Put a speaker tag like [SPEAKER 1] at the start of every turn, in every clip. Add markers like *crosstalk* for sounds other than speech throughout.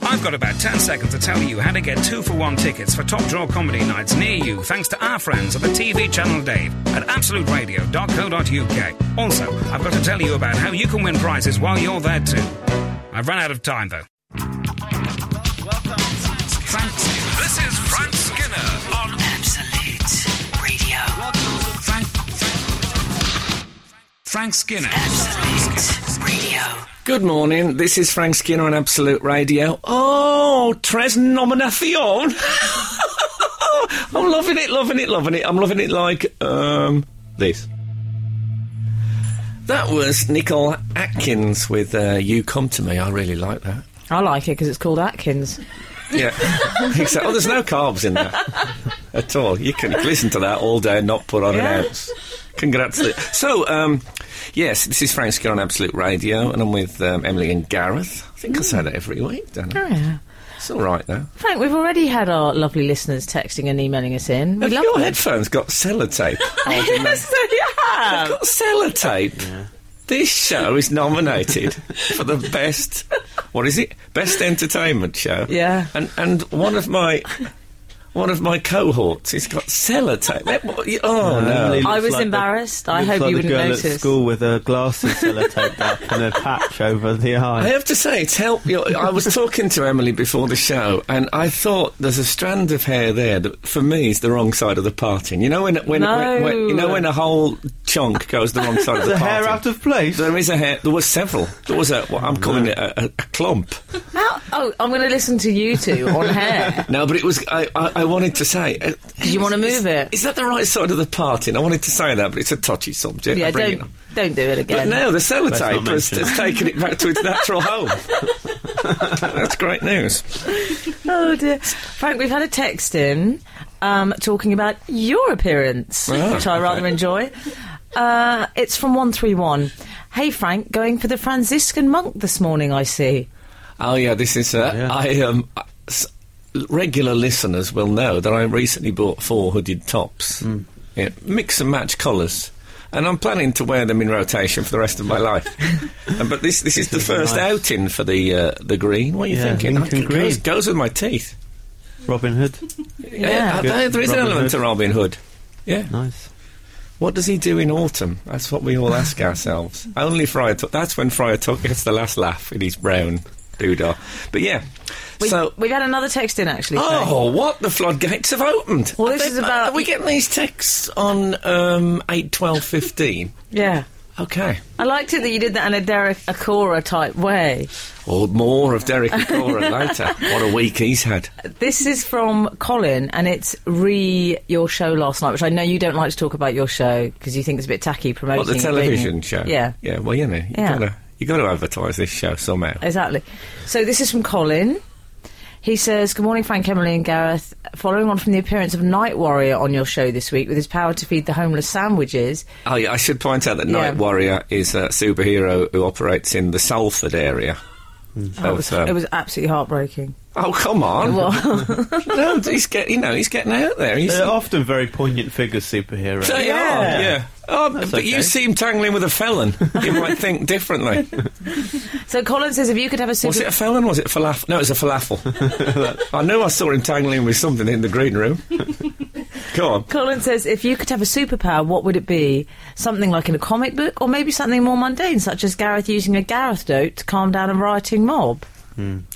[SPEAKER 1] I've got about 10 seconds to tell you how to get two for one tickets for top draw comedy nights near you thanks to our friends at the TV channel Dave at absoluteradio.co.uk. Also, I've got to tell you about how you can win prizes while you're there too. I've run out of time though.
[SPEAKER 2] This is Frank Skinner on
[SPEAKER 3] Absolute Radio.
[SPEAKER 1] Frank, Frank Skinner.
[SPEAKER 3] Absolute Radio.
[SPEAKER 4] Good morning. This is Frank Skinner on Absolute Radio. Oh, tres nominación. *laughs* I'm loving it, loving it, loving it. I'm loving it like um this. That was Nicole Atkins with uh, "You Come to Me." I really like that.
[SPEAKER 5] I like it because it's called Atkins.
[SPEAKER 4] Yeah. Except, oh, there's no carbs in there at all. You can listen to that all day and not put on
[SPEAKER 5] Yeah.
[SPEAKER 4] an ounce. Congratulations. So, um, yes, this is Frank Skinner on Absolute Radio, and I'm with um, Emily and Gareth. I think I say that every week, don't I?
[SPEAKER 5] Yeah.
[SPEAKER 4] It's all right, though.
[SPEAKER 5] Frank, we've already had our lovely listeners texting and emailing us in. We
[SPEAKER 4] Have
[SPEAKER 5] love
[SPEAKER 4] your *laughs*
[SPEAKER 5] them.
[SPEAKER 4] headphones got sellotape?
[SPEAKER 5] yes, *laughs* they have.
[SPEAKER 4] got sellotape. This show is nominated for the best. What is it? Best entertainment show.
[SPEAKER 5] Yeah.
[SPEAKER 4] And and one of my one of my cohorts has got sellotape. That- what- Oh no.
[SPEAKER 6] Emily
[SPEAKER 5] I
[SPEAKER 6] looks
[SPEAKER 5] was
[SPEAKER 6] the-
[SPEAKER 5] embarrassed. I
[SPEAKER 6] looks
[SPEAKER 5] hope
[SPEAKER 6] like
[SPEAKER 5] you
[SPEAKER 6] the
[SPEAKER 5] wouldn't
[SPEAKER 6] girl
[SPEAKER 5] notice.
[SPEAKER 6] At school with her glasses sellotaped up and a patch over *laughs* the
[SPEAKER 4] I
[SPEAKER 6] eye.
[SPEAKER 4] have to say, it's helped. me. I was talking to Emily before the show, and I thought there's a strand of hair there that, for me, is the wrong side of the parting. You know when, when, when, when- you know
[SPEAKER 5] No.
[SPEAKER 4] when a whole chunk goes the wrong side of the,
[SPEAKER 6] The hair
[SPEAKER 4] parting?
[SPEAKER 6] out of place.
[SPEAKER 4] There is a hair. There was several. There was a. What I'm calling it a, a, a clump.
[SPEAKER 5] How, oh, I'm going to listen to you
[SPEAKER 4] *laughs*
[SPEAKER 5] two on hair.
[SPEAKER 4] No, but it was. I, I, I wanted to say. uh,
[SPEAKER 5] Do you want to
[SPEAKER 4] is-
[SPEAKER 5] move it?
[SPEAKER 4] Is that the right side of the parting? I wanted to say that, but it's a touchy subject. I
[SPEAKER 5] yeah,
[SPEAKER 4] bring it
[SPEAKER 5] don't
[SPEAKER 4] up.
[SPEAKER 5] don't do it
[SPEAKER 4] But
[SPEAKER 5] again.
[SPEAKER 4] now the
[SPEAKER 6] Let's
[SPEAKER 4] sellotape
[SPEAKER 6] not
[SPEAKER 4] has,
[SPEAKER 6] mention
[SPEAKER 4] has taken it back to its natural home. *laughs* That's great news.
[SPEAKER 5] Oh dear, Frank, we've had a text in um, talking about your appearance,
[SPEAKER 4] Oh,
[SPEAKER 5] which I rather
[SPEAKER 4] okay.
[SPEAKER 5] enjoy. Uh, it's from one three one. Hey Frank, going for the Franciscan monk this morning. I see.
[SPEAKER 4] Oh yeah, this is. Uh,
[SPEAKER 6] Yeah.
[SPEAKER 4] I um, s- regular listeners will know that I recently bought four hooded tops,
[SPEAKER 6] Hmm.
[SPEAKER 4] yeah, mix and match colours, and I'm planning to wear them in rotation for the rest of my
[SPEAKER 6] *laughs*
[SPEAKER 4] life. And but this this is the
[SPEAKER 6] is
[SPEAKER 4] first
[SPEAKER 6] nice.
[SPEAKER 4] outing for the uh, the green. What are you
[SPEAKER 6] Yeah,
[SPEAKER 4] thinking?
[SPEAKER 6] Lincoln
[SPEAKER 4] think it goes,
[SPEAKER 6] green.
[SPEAKER 4] goes with my teeth.
[SPEAKER 6] Robin Hood.
[SPEAKER 4] Yeah, uh,
[SPEAKER 6] Good.
[SPEAKER 4] there- there is an
[SPEAKER 6] Robin
[SPEAKER 4] element
[SPEAKER 6] Hood.
[SPEAKER 4] to Robin Hood. Yeah.
[SPEAKER 6] Nice.
[SPEAKER 4] What does he do in autumn? That's what we all ask ourselves. Only Friar Tuck. That's when Friar Tuck gets the last laugh in his brown doodah. But yeah.
[SPEAKER 5] We've,
[SPEAKER 4] so
[SPEAKER 5] we've had another text in actually. Frank.
[SPEAKER 4] Oh, what? The floodgates have opened.
[SPEAKER 5] Well,
[SPEAKER 4] Are
[SPEAKER 5] this
[SPEAKER 4] they-
[SPEAKER 5] is about-
[SPEAKER 4] Are we getting these texts on um, 8, 12, 15?
[SPEAKER 5] yeah.
[SPEAKER 4] okay.
[SPEAKER 5] I liked it that you did that in a Derek Akora type way.
[SPEAKER 4] Or more of Derek and
[SPEAKER 5] *laughs*
[SPEAKER 4] Cora later. What a week he's had.
[SPEAKER 5] This is from Colin, and it's re your show last night, which I know you don't like to talk about your show because you think it's a bit tacky promoting
[SPEAKER 4] What, the
[SPEAKER 5] it, don't you?
[SPEAKER 4] television show?
[SPEAKER 5] Yeah.
[SPEAKER 4] Yeah, well, you know, you
[SPEAKER 5] Yeah.
[SPEAKER 4] gotta, you got to advertise this show somehow.
[SPEAKER 5] Exactly. So this is from Colin. He says, Good morning, Frank, Emily, and Gareth. Following on from the appearance of Night Warrior on your show this week with his power to feed the homeless sandwiches.
[SPEAKER 4] Oh, yeah, I should point out that
[SPEAKER 5] Yeah.
[SPEAKER 4] Night Warrior is a superhero who operates in the Salford area.
[SPEAKER 5] it, was,
[SPEAKER 4] Of, um,
[SPEAKER 5] Hmm. Oh, it was absolutely heartbreaking. *laughs*
[SPEAKER 4] oh, come on!
[SPEAKER 5] Well,
[SPEAKER 4] *laughs*
[SPEAKER 5] *laughs*
[SPEAKER 4] no, he's get, you know, he's getting out there. He's,
[SPEAKER 6] They're often very poignant figures, superheroes.
[SPEAKER 4] They
[SPEAKER 5] Yeah.
[SPEAKER 4] are, yeah. Oh, but
[SPEAKER 6] okay.
[SPEAKER 4] you seem tangling with a felon. You might think
[SPEAKER 6] *laughs*
[SPEAKER 4] differently.
[SPEAKER 5] so Colin says, If you could have a super.
[SPEAKER 4] Was it a felon? Was it falafel? No, it was a falafel.
[SPEAKER 6] *laughs*
[SPEAKER 4] I knew I saw him tangling with something in the green room. Go on.
[SPEAKER 5] Colin says, if you could have a superpower, what would it be? Something like in a comic book, or maybe something more mundane, such as Gareth using a Gareth dote to calm down a rioting mob.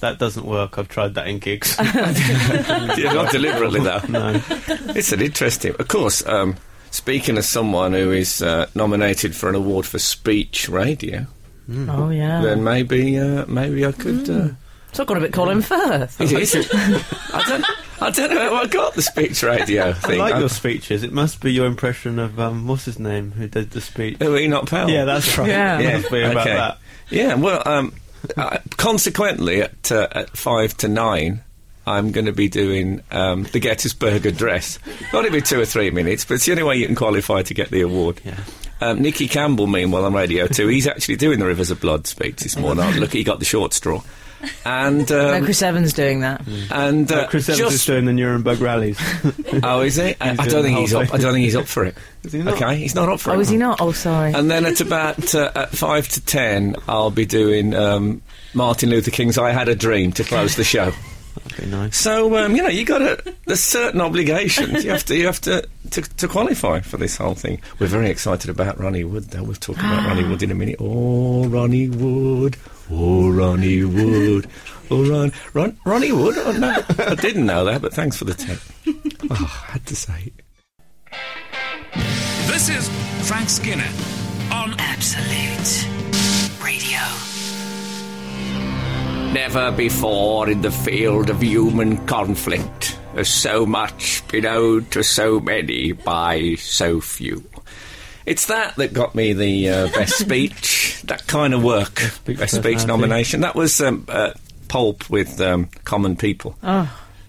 [SPEAKER 6] That doesn't work. I've tried that in *laughs* gigs.
[SPEAKER 4] Yeah, not deliberately though.
[SPEAKER 6] no.
[SPEAKER 4] It's an interesting. Of course, um, speaking as someone who is uh, nominated for an award for speech radio,
[SPEAKER 5] Oh yeah,
[SPEAKER 4] Hmm. then maybe uh, maybe I could. Uh,
[SPEAKER 5] so I got a bit
[SPEAKER 4] *laughs*
[SPEAKER 5] Colin Firth.
[SPEAKER 6] Mm.
[SPEAKER 4] it is. I don't. I don't know how I got the speech radio
[SPEAKER 6] I
[SPEAKER 4] thing.
[SPEAKER 6] like
[SPEAKER 4] I-
[SPEAKER 6] your speeches. It must be your impression of um, what's his name who did the speech.
[SPEAKER 4] Who are you not pal?
[SPEAKER 6] Yeah, that's right.
[SPEAKER 5] Yeah.
[SPEAKER 6] It must be about
[SPEAKER 4] okay.
[SPEAKER 6] that.
[SPEAKER 4] Yeah, well, um, uh, consequently, at, uh, at five to nine, I'm going to be doing um, the Gettysburg Address. Not it'll be two or three minutes, but it's the only way you can qualify to get the award.
[SPEAKER 6] Yeah.
[SPEAKER 4] Um, Nicky Campbell, meanwhile, on Radio 2, he's actually doing the Rivers of Blood speech this morning. Oh, Look, he got the short straw. and
[SPEAKER 5] no,
[SPEAKER 4] um,
[SPEAKER 5] Chris Evans doing that.
[SPEAKER 4] and uh,
[SPEAKER 6] Chris Evans
[SPEAKER 4] just
[SPEAKER 6] is doing the Nuremberg rallies.
[SPEAKER 4] oh, is he? I, I don't
[SPEAKER 6] doing the
[SPEAKER 4] think he's
[SPEAKER 6] whole
[SPEAKER 4] up. I don't think he's up for it.
[SPEAKER 6] Is he not?
[SPEAKER 4] Okay, he's not up for it.
[SPEAKER 5] Oh, is he not? Oh, sorry.
[SPEAKER 4] And then at about uh, at five to ten, I'll be doing um, Martin Luther King's "I Had a Dream" to close the show.
[SPEAKER 6] That'd be nice.
[SPEAKER 4] So um, you know, you got to. There's certain obligations you have to you have to, to to qualify for this whole thing. We're very excited about Ronnie Wood, though. We'll talk about Ronnie Wood in a minute. Oh, Ronnie Wood. Oh, Ronnie Wood. Oh, Ron, Ron Ronnie Wood. Oh, no, I didn't know that, but thanks for the
[SPEAKER 6] *laughs*
[SPEAKER 4] tip. Oh, I had to say it.
[SPEAKER 2] This is Frank Skinner on
[SPEAKER 3] Absolute Radio.
[SPEAKER 4] Never before in the field of human conflict has so much been owed to so many by so few. It's that that got me the uh, best speech, that kind of work, best speech
[SPEAKER 6] personality.
[SPEAKER 4] nomination. That was um, uh, Pulp with um, Common People.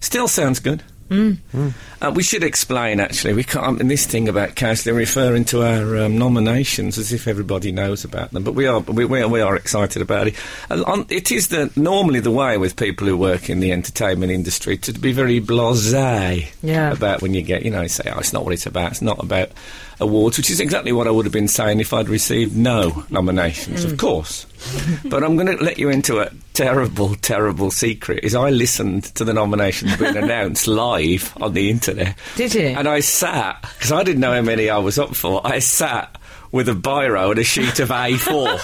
[SPEAKER 4] Still sounds good. Uh, we should explain, actually. We can't. And this thing about casually referring to our um, nominations as if everybody knows about them, but we are we, we, are, we are excited about it. And on, it is the normally the way with people who work in the entertainment industry to be very blasé
[SPEAKER 5] Yeah.
[SPEAKER 4] about when you get you know say oh it's not what it's about. It's not about awards, which is exactly what I would have been saying if I'd received no nominations,
[SPEAKER 5] Mm.
[SPEAKER 4] of course. but I'm going to let you into a terrible, terrible secret. Is I listened to the nominations
[SPEAKER 5] *laughs*
[SPEAKER 4] being announced live on the internet.
[SPEAKER 5] Did you?
[SPEAKER 4] And I sat because I didn't know how many I was up for. I sat with a biro and a sheet of A4.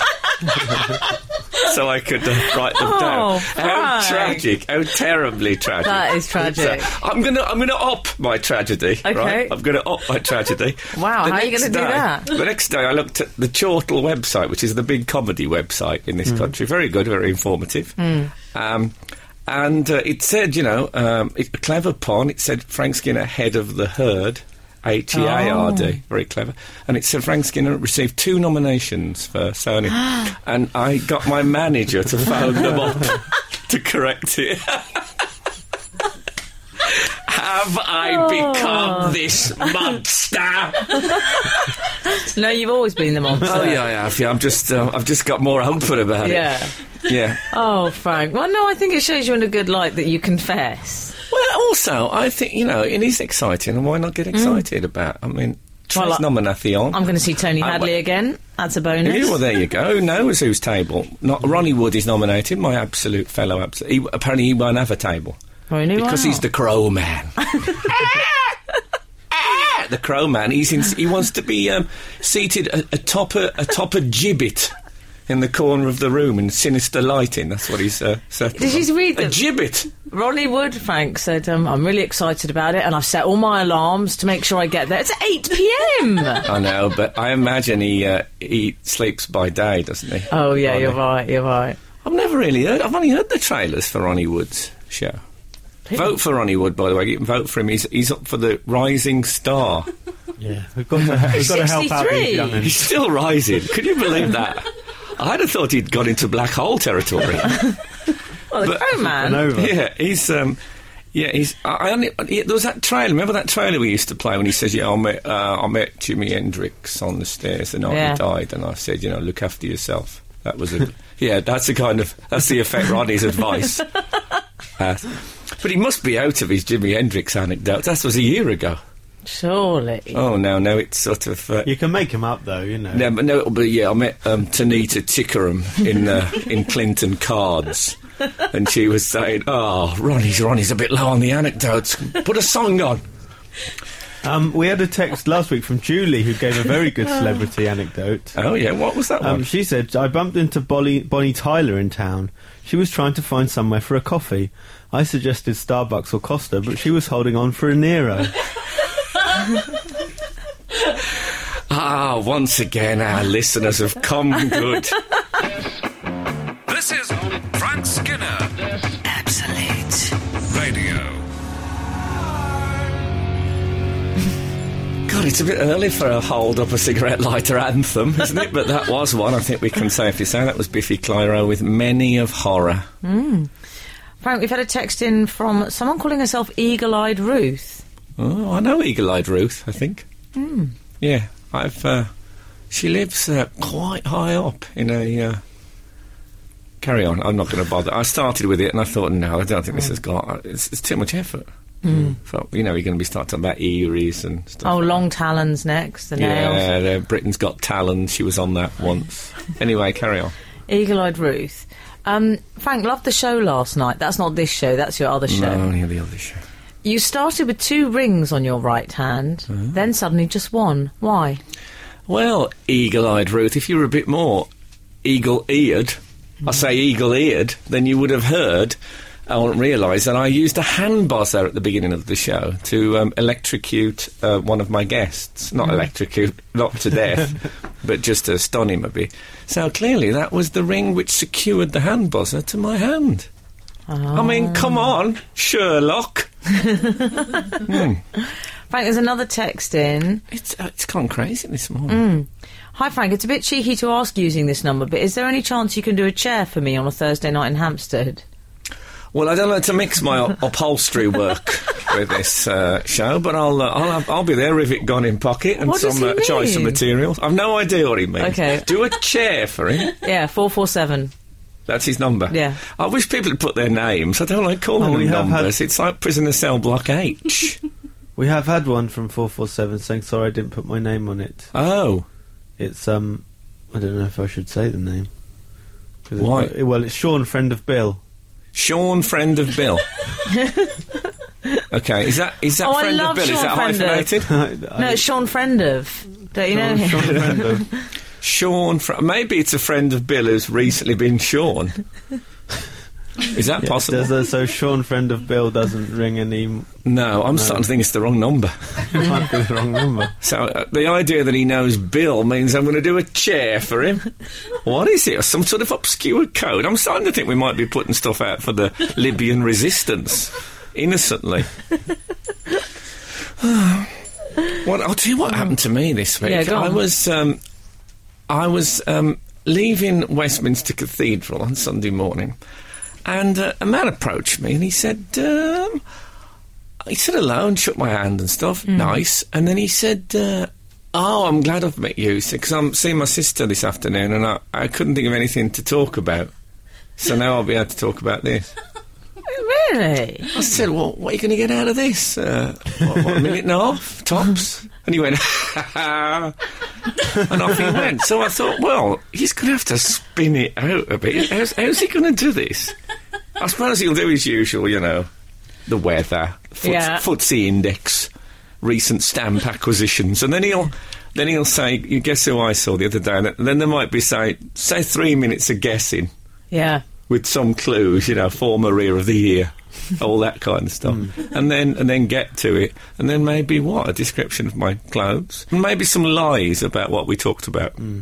[SPEAKER 4] *laughs* So I could uh, write them
[SPEAKER 5] Oh,
[SPEAKER 4] down. How
[SPEAKER 5] Frank.
[SPEAKER 4] tragic! How terribly tragic!
[SPEAKER 5] That is tragic.
[SPEAKER 4] So I'm gonna, I'm gonna up my tragedy.
[SPEAKER 5] Okay.
[SPEAKER 4] right? I'm gonna up my tragedy.
[SPEAKER 5] Wow,
[SPEAKER 4] The
[SPEAKER 5] how are you
[SPEAKER 4] next
[SPEAKER 5] gonna do
[SPEAKER 4] day-
[SPEAKER 5] that?
[SPEAKER 4] The next day, I looked at the Chortle website, which is the big comedy website in this country. Very good, very informative.
[SPEAKER 5] Hmm.
[SPEAKER 4] Um, and uh, it said, you know, um, it, a clever pun. It said Frank Skinner, head of the herd, H E A R D,
[SPEAKER 5] Oh.
[SPEAKER 4] very clever. And it said Frank Skinner received two nominations for
[SPEAKER 5] *gasps*
[SPEAKER 4] Sony, and I got my manager to phone them
[SPEAKER 5] *laughs*
[SPEAKER 4] up to correct it. *laughs* Have I
[SPEAKER 5] Oh.
[SPEAKER 4] become this monster?
[SPEAKER 5] No, you've always
[SPEAKER 4] *laughs*
[SPEAKER 5] been the monster.
[SPEAKER 4] Oh yeah, I have. Yeah, I'm just, uh, I've just got more open about
[SPEAKER 5] Yeah.
[SPEAKER 4] it. Yeah.
[SPEAKER 5] Oh, Frank. Well, no, I think it shows you in a good light that you confess.
[SPEAKER 4] Well, also, I think you know it is exciting, and why not get excited about? I mean,
[SPEAKER 5] Mm. Well,
[SPEAKER 4] Trez
[SPEAKER 5] I-
[SPEAKER 4] nomination.
[SPEAKER 5] I'm going to see Tony
[SPEAKER 4] I-
[SPEAKER 5] Hadley again. That's a bonus.
[SPEAKER 4] Yeah, well, there you go. Who knows whose table? Not Ronnie Wood is nominated. My absolute fellow. Abs- he, apparently, he won't have a table
[SPEAKER 5] Oh, no,
[SPEAKER 4] because
[SPEAKER 5] wow.
[SPEAKER 4] he's the Crow Man.
[SPEAKER 5] *laughs*
[SPEAKER 4] the Crow Man. He's in, he wants to be um, seated a- atop a, atop a gibbet in the corner of the room in sinister lighting. That's what he's. Uh, settled
[SPEAKER 5] Did you
[SPEAKER 4] on.
[SPEAKER 5] read
[SPEAKER 4] a
[SPEAKER 5] that-
[SPEAKER 4] gibbet?
[SPEAKER 5] Ronnie Wood, Frank said, um, I'm really excited about it, and I've set all my alarms to make sure I get there. It's 8 p.m. *laughs*
[SPEAKER 4] I know, but I imagine he uh, he sleeps by day, doesn't he?
[SPEAKER 5] oh, yeah,
[SPEAKER 4] Ronnie.
[SPEAKER 5] you're right, you're right.
[SPEAKER 4] I've never really heard. I've only heard the trailers for Ronnie Wood's show. Vote for Ronnie Wood, by the way. You can vote for him. He's, he's up for the Rising Star.
[SPEAKER 6] *laughs* Yeah, we've got to, we've got to help out
[SPEAKER 5] 63.
[SPEAKER 6] these youngins.
[SPEAKER 4] He's still rising. Could you believe that? I'd have thought he'd gone into black hole territory.
[SPEAKER 5] Well, the
[SPEAKER 4] But-
[SPEAKER 5] Crow Man.
[SPEAKER 6] And over.
[SPEAKER 4] yeah, he's. Um, yeah, he's. I, I only, yeah, there was that trailer. Remember that trailer we used to play when he says, "Yeah, I met uh, I met Jimi Hendrix on the stairs the night
[SPEAKER 5] Yeah.
[SPEAKER 4] he died," and I said, "You know, look after yourself." That was a. yeah, that's the kind of that's the effect Ronnie's advice. has. but he must be out of his Jimi Hendrix anecdotes. That was a year ago.
[SPEAKER 5] Surely.
[SPEAKER 4] Oh no, no, it's sort of. Uh,
[SPEAKER 6] You can make him up though, you know.
[SPEAKER 4] no, but no, it'll be yeah. I met um, Tanita Tickerham in uh, in Clinton Cards, and she was saying, "Oh, Ronnie's Ronnie's a bit low on the anecdotes. Put a song on."
[SPEAKER 6] Um, we had a text last week from Julie who gave a
[SPEAKER 5] *laughs*
[SPEAKER 6] very good celebrity anecdote.
[SPEAKER 4] Oh yeah, what was that
[SPEAKER 6] Um,
[SPEAKER 4] one?
[SPEAKER 6] she said, I bumped into Bolly, Bonnie Tyler in town. She was trying to find somewhere for a coffee. I suggested Starbucks or Costa, but she was holding on for
[SPEAKER 5] *laughs*
[SPEAKER 6] a Nero.
[SPEAKER 4] Ah, once again, our listeners have come good.
[SPEAKER 2] This is Frank Skinner
[SPEAKER 3] Absolute
[SPEAKER 2] Radio.
[SPEAKER 4] God, it's a bit early for a hold up a cigarette lighter anthem, isn't it? But that was one I think we can safely say that was Biffy Clyro with many of horror.
[SPEAKER 5] Frank, we've had a text in from someone calling herself Eagle Eyed Ruth.
[SPEAKER 4] Oh, I know Eagle Eyed Ruth, I think.
[SPEAKER 5] Hmm.
[SPEAKER 4] Yeah, I've. Uh, she lives uh, quite high up in a. Uh, Carry on. I'm not going to bother. I started with it and I thought, no, I don't think this has got. It's, it's too much effort. So you know, you're going to be starting about Eries and stuff.
[SPEAKER 5] Hmm. Oh, long talons next. The nails.
[SPEAKER 4] yeah, the Britain's Got Talent. She was on that
[SPEAKER 5] *laughs*
[SPEAKER 4] once. anyway, carry on.
[SPEAKER 5] Eagle-eyed Ruth. Um, Frank loved the show last night. That's not this show. That's your other show.
[SPEAKER 4] No, Oh, yeah, the other show.
[SPEAKER 5] You started with two rings on your right hand, then suddenly just one. Why?
[SPEAKER 4] Well, eagle-eyed Ruth, if you were a bit more eagle-eared, I say eagle-eared, then you would have heard or realised that I used a hand buzzer at the beginning of the show to um, electrocute uh, one of my guests. Not electrocute, not to death, but just to stun him a bit. So clearly, that was the ring which secured the hand buzzer to my hand. I mean, come on, Sherlock.
[SPEAKER 5] Frank, there's another text in.
[SPEAKER 4] It's, uh, it's gone crazy this morning.
[SPEAKER 5] Hi, Frank. It's a bit cheeky to ask using this number, but is there any chance you can do a chair for me on a Thursday night in Hampstead?
[SPEAKER 4] Well, I don't like to mix my up- upholstery
[SPEAKER 5] *laughs*
[SPEAKER 4] work with this uh, show, but I'll uh, I'll, have, I'll be there with it gone in pocket and
[SPEAKER 5] What does
[SPEAKER 4] some
[SPEAKER 5] he
[SPEAKER 4] uh, choice of
[SPEAKER 5] mean?
[SPEAKER 4] materials. I've no idea what he means.
[SPEAKER 5] Okay.
[SPEAKER 4] Do a chair for him. *laughs*
[SPEAKER 5] Yeah, 447.
[SPEAKER 4] That's his number.
[SPEAKER 5] Yeah.
[SPEAKER 4] I wish people had put their names. I don't like calling
[SPEAKER 6] Oh, we
[SPEAKER 4] them
[SPEAKER 6] have had-
[SPEAKER 4] numbers. It's like prisoner cell block
[SPEAKER 5] *laughs*
[SPEAKER 4] H.
[SPEAKER 6] We have had one from 447 saying, sorry, I didn't put my name on it.
[SPEAKER 4] oh,
[SPEAKER 6] It's, um, I don't know if I should say the name. 'Cause it-
[SPEAKER 4] Why?
[SPEAKER 6] It, well, it's Sean, friend of Bill.
[SPEAKER 4] Sean, friend of Bill.
[SPEAKER 5] *laughs*
[SPEAKER 4] okay, is that is that
[SPEAKER 5] Oh, I
[SPEAKER 4] friend
[SPEAKER 5] love
[SPEAKER 4] of Bill? is
[SPEAKER 5] Sean
[SPEAKER 4] that
[SPEAKER 5] Friend of.
[SPEAKER 4] hyphenated?
[SPEAKER 6] *laughs*
[SPEAKER 5] No,
[SPEAKER 4] Uh,
[SPEAKER 5] it's Sean Friend of. Don't you know him?
[SPEAKER 6] Sean, friend of.
[SPEAKER 4] Sean, fr- maybe it's a friend of Bill who's recently been
[SPEAKER 5] *laughs*
[SPEAKER 4] Sean. Is that possible?
[SPEAKER 6] Does, uh, so Sean, friend of Bill, doesn't ring any. *laughs*
[SPEAKER 4] No, I'm starting to think it's the wrong number.
[SPEAKER 6] Might be the wrong number.
[SPEAKER 4] So uh, the idea that he knows Bill means I'm going to do a chair for him.
[SPEAKER 5] *laughs*
[SPEAKER 4] what is it? Some sort of obscure code? I'm starting to think we might be putting stuff out for
[SPEAKER 5] *laughs*
[SPEAKER 4] the Libyan resistance innocently. *sighs* well, I'll tell you what happened to me this week.
[SPEAKER 5] Oh. Yeah, go on.
[SPEAKER 4] I was um, I was um, leaving Westminster Cathedral on Sunday morning, and uh, a man approached me and he said, um, he said hello and shook my hand and stuff, nice. And then he said, uh, "Oh, I'm glad I've met you because I'm seeing my sister this afternoon, and I, I couldn't think of anything to talk about." So now I'll be able to talk about this.
[SPEAKER 5] *laughs* Really?
[SPEAKER 4] I said, "Well, what are you going to get out of this? Uh, what, what, a minute and a half tops?" And he went, *laughs* and off he went. So I thought, "Well, he's going to have to spin it out a bit. How's, how's he going to do this?" I suppose he'll do his usual, you know, the weather, foot,
[SPEAKER 5] Yeah.
[SPEAKER 4] footsie index, recent stamp acquisitions, and then he'll then he'll say, "You guess who I saw the other day?" And then there might be say say three minutes of guessing
[SPEAKER 5] Yeah.
[SPEAKER 4] with some clues, you know, former rear of the
[SPEAKER 5] *laughs*
[SPEAKER 4] year, all that kind of stuff,
[SPEAKER 5] Hmm.
[SPEAKER 4] and then and then get to it, and then maybe what a description of my clothes, and maybe some lies about what we talked about.
[SPEAKER 5] Hmm.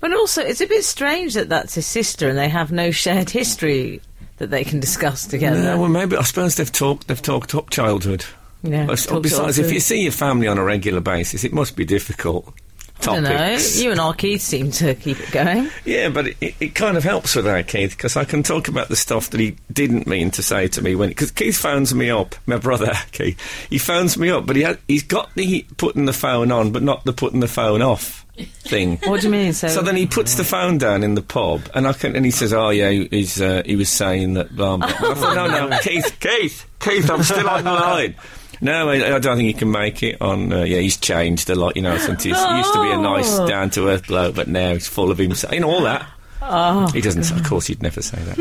[SPEAKER 5] But also, it's a bit strange that that's his sister and they have no shared history that they can discuss together.
[SPEAKER 4] No, well, maybe I suppose they've talked they've talked up childhood.
[SPEAKER 5] Yeah,
[SPEAKER 4] Bes-
[SPEAKER 5] talked
[SPEAKER 4] Besides,
[SPEAKER 5] up
[SPEAKER 4] if
[SPEAKER 5] to-
[SPEAKER 4] you see your family on a regular basis, it must be difficult.
[SPEAKER 5] I don't know.
[SPEAKER 4] Topics.
[SPEAKER 5] You and Arkeith seem to keep it going.
[SPEAKER 4] Yeah, but it- it, it kind of helps with that, Keith, because I can talk about the stuff that he didn't mean to say to me when because Keith phones me up, my brother *laughs* Keith. He phones me up, but he had, he's got the putting the phone on, but not the putting the phone off thing.
[SPEAKER 5] What do you mean? So,
[SPEAKER 4] So then he puts the phone down in the pub, and I can, and he says, "Oh yeah, he- he's uh, he was saying that." Blah, blah. blah." I thought, no,
[SPEAKER 5] *laughs*
[SPEAKER 4] no, Keith, Keith, Keith, I'm still on the line. No, I, I don't think he can make it. On uh, yeah, he's changed a lot, you know. Since he's, he used to be a nice,
[SPEAKER 5] No.
[SPEAKER 4] down to earth bloke, but now he's full of himself. You know all that.
[SPEAKER 5] Oh,
[SPEAKER 4] he doesn't. Of course, he'd never say that.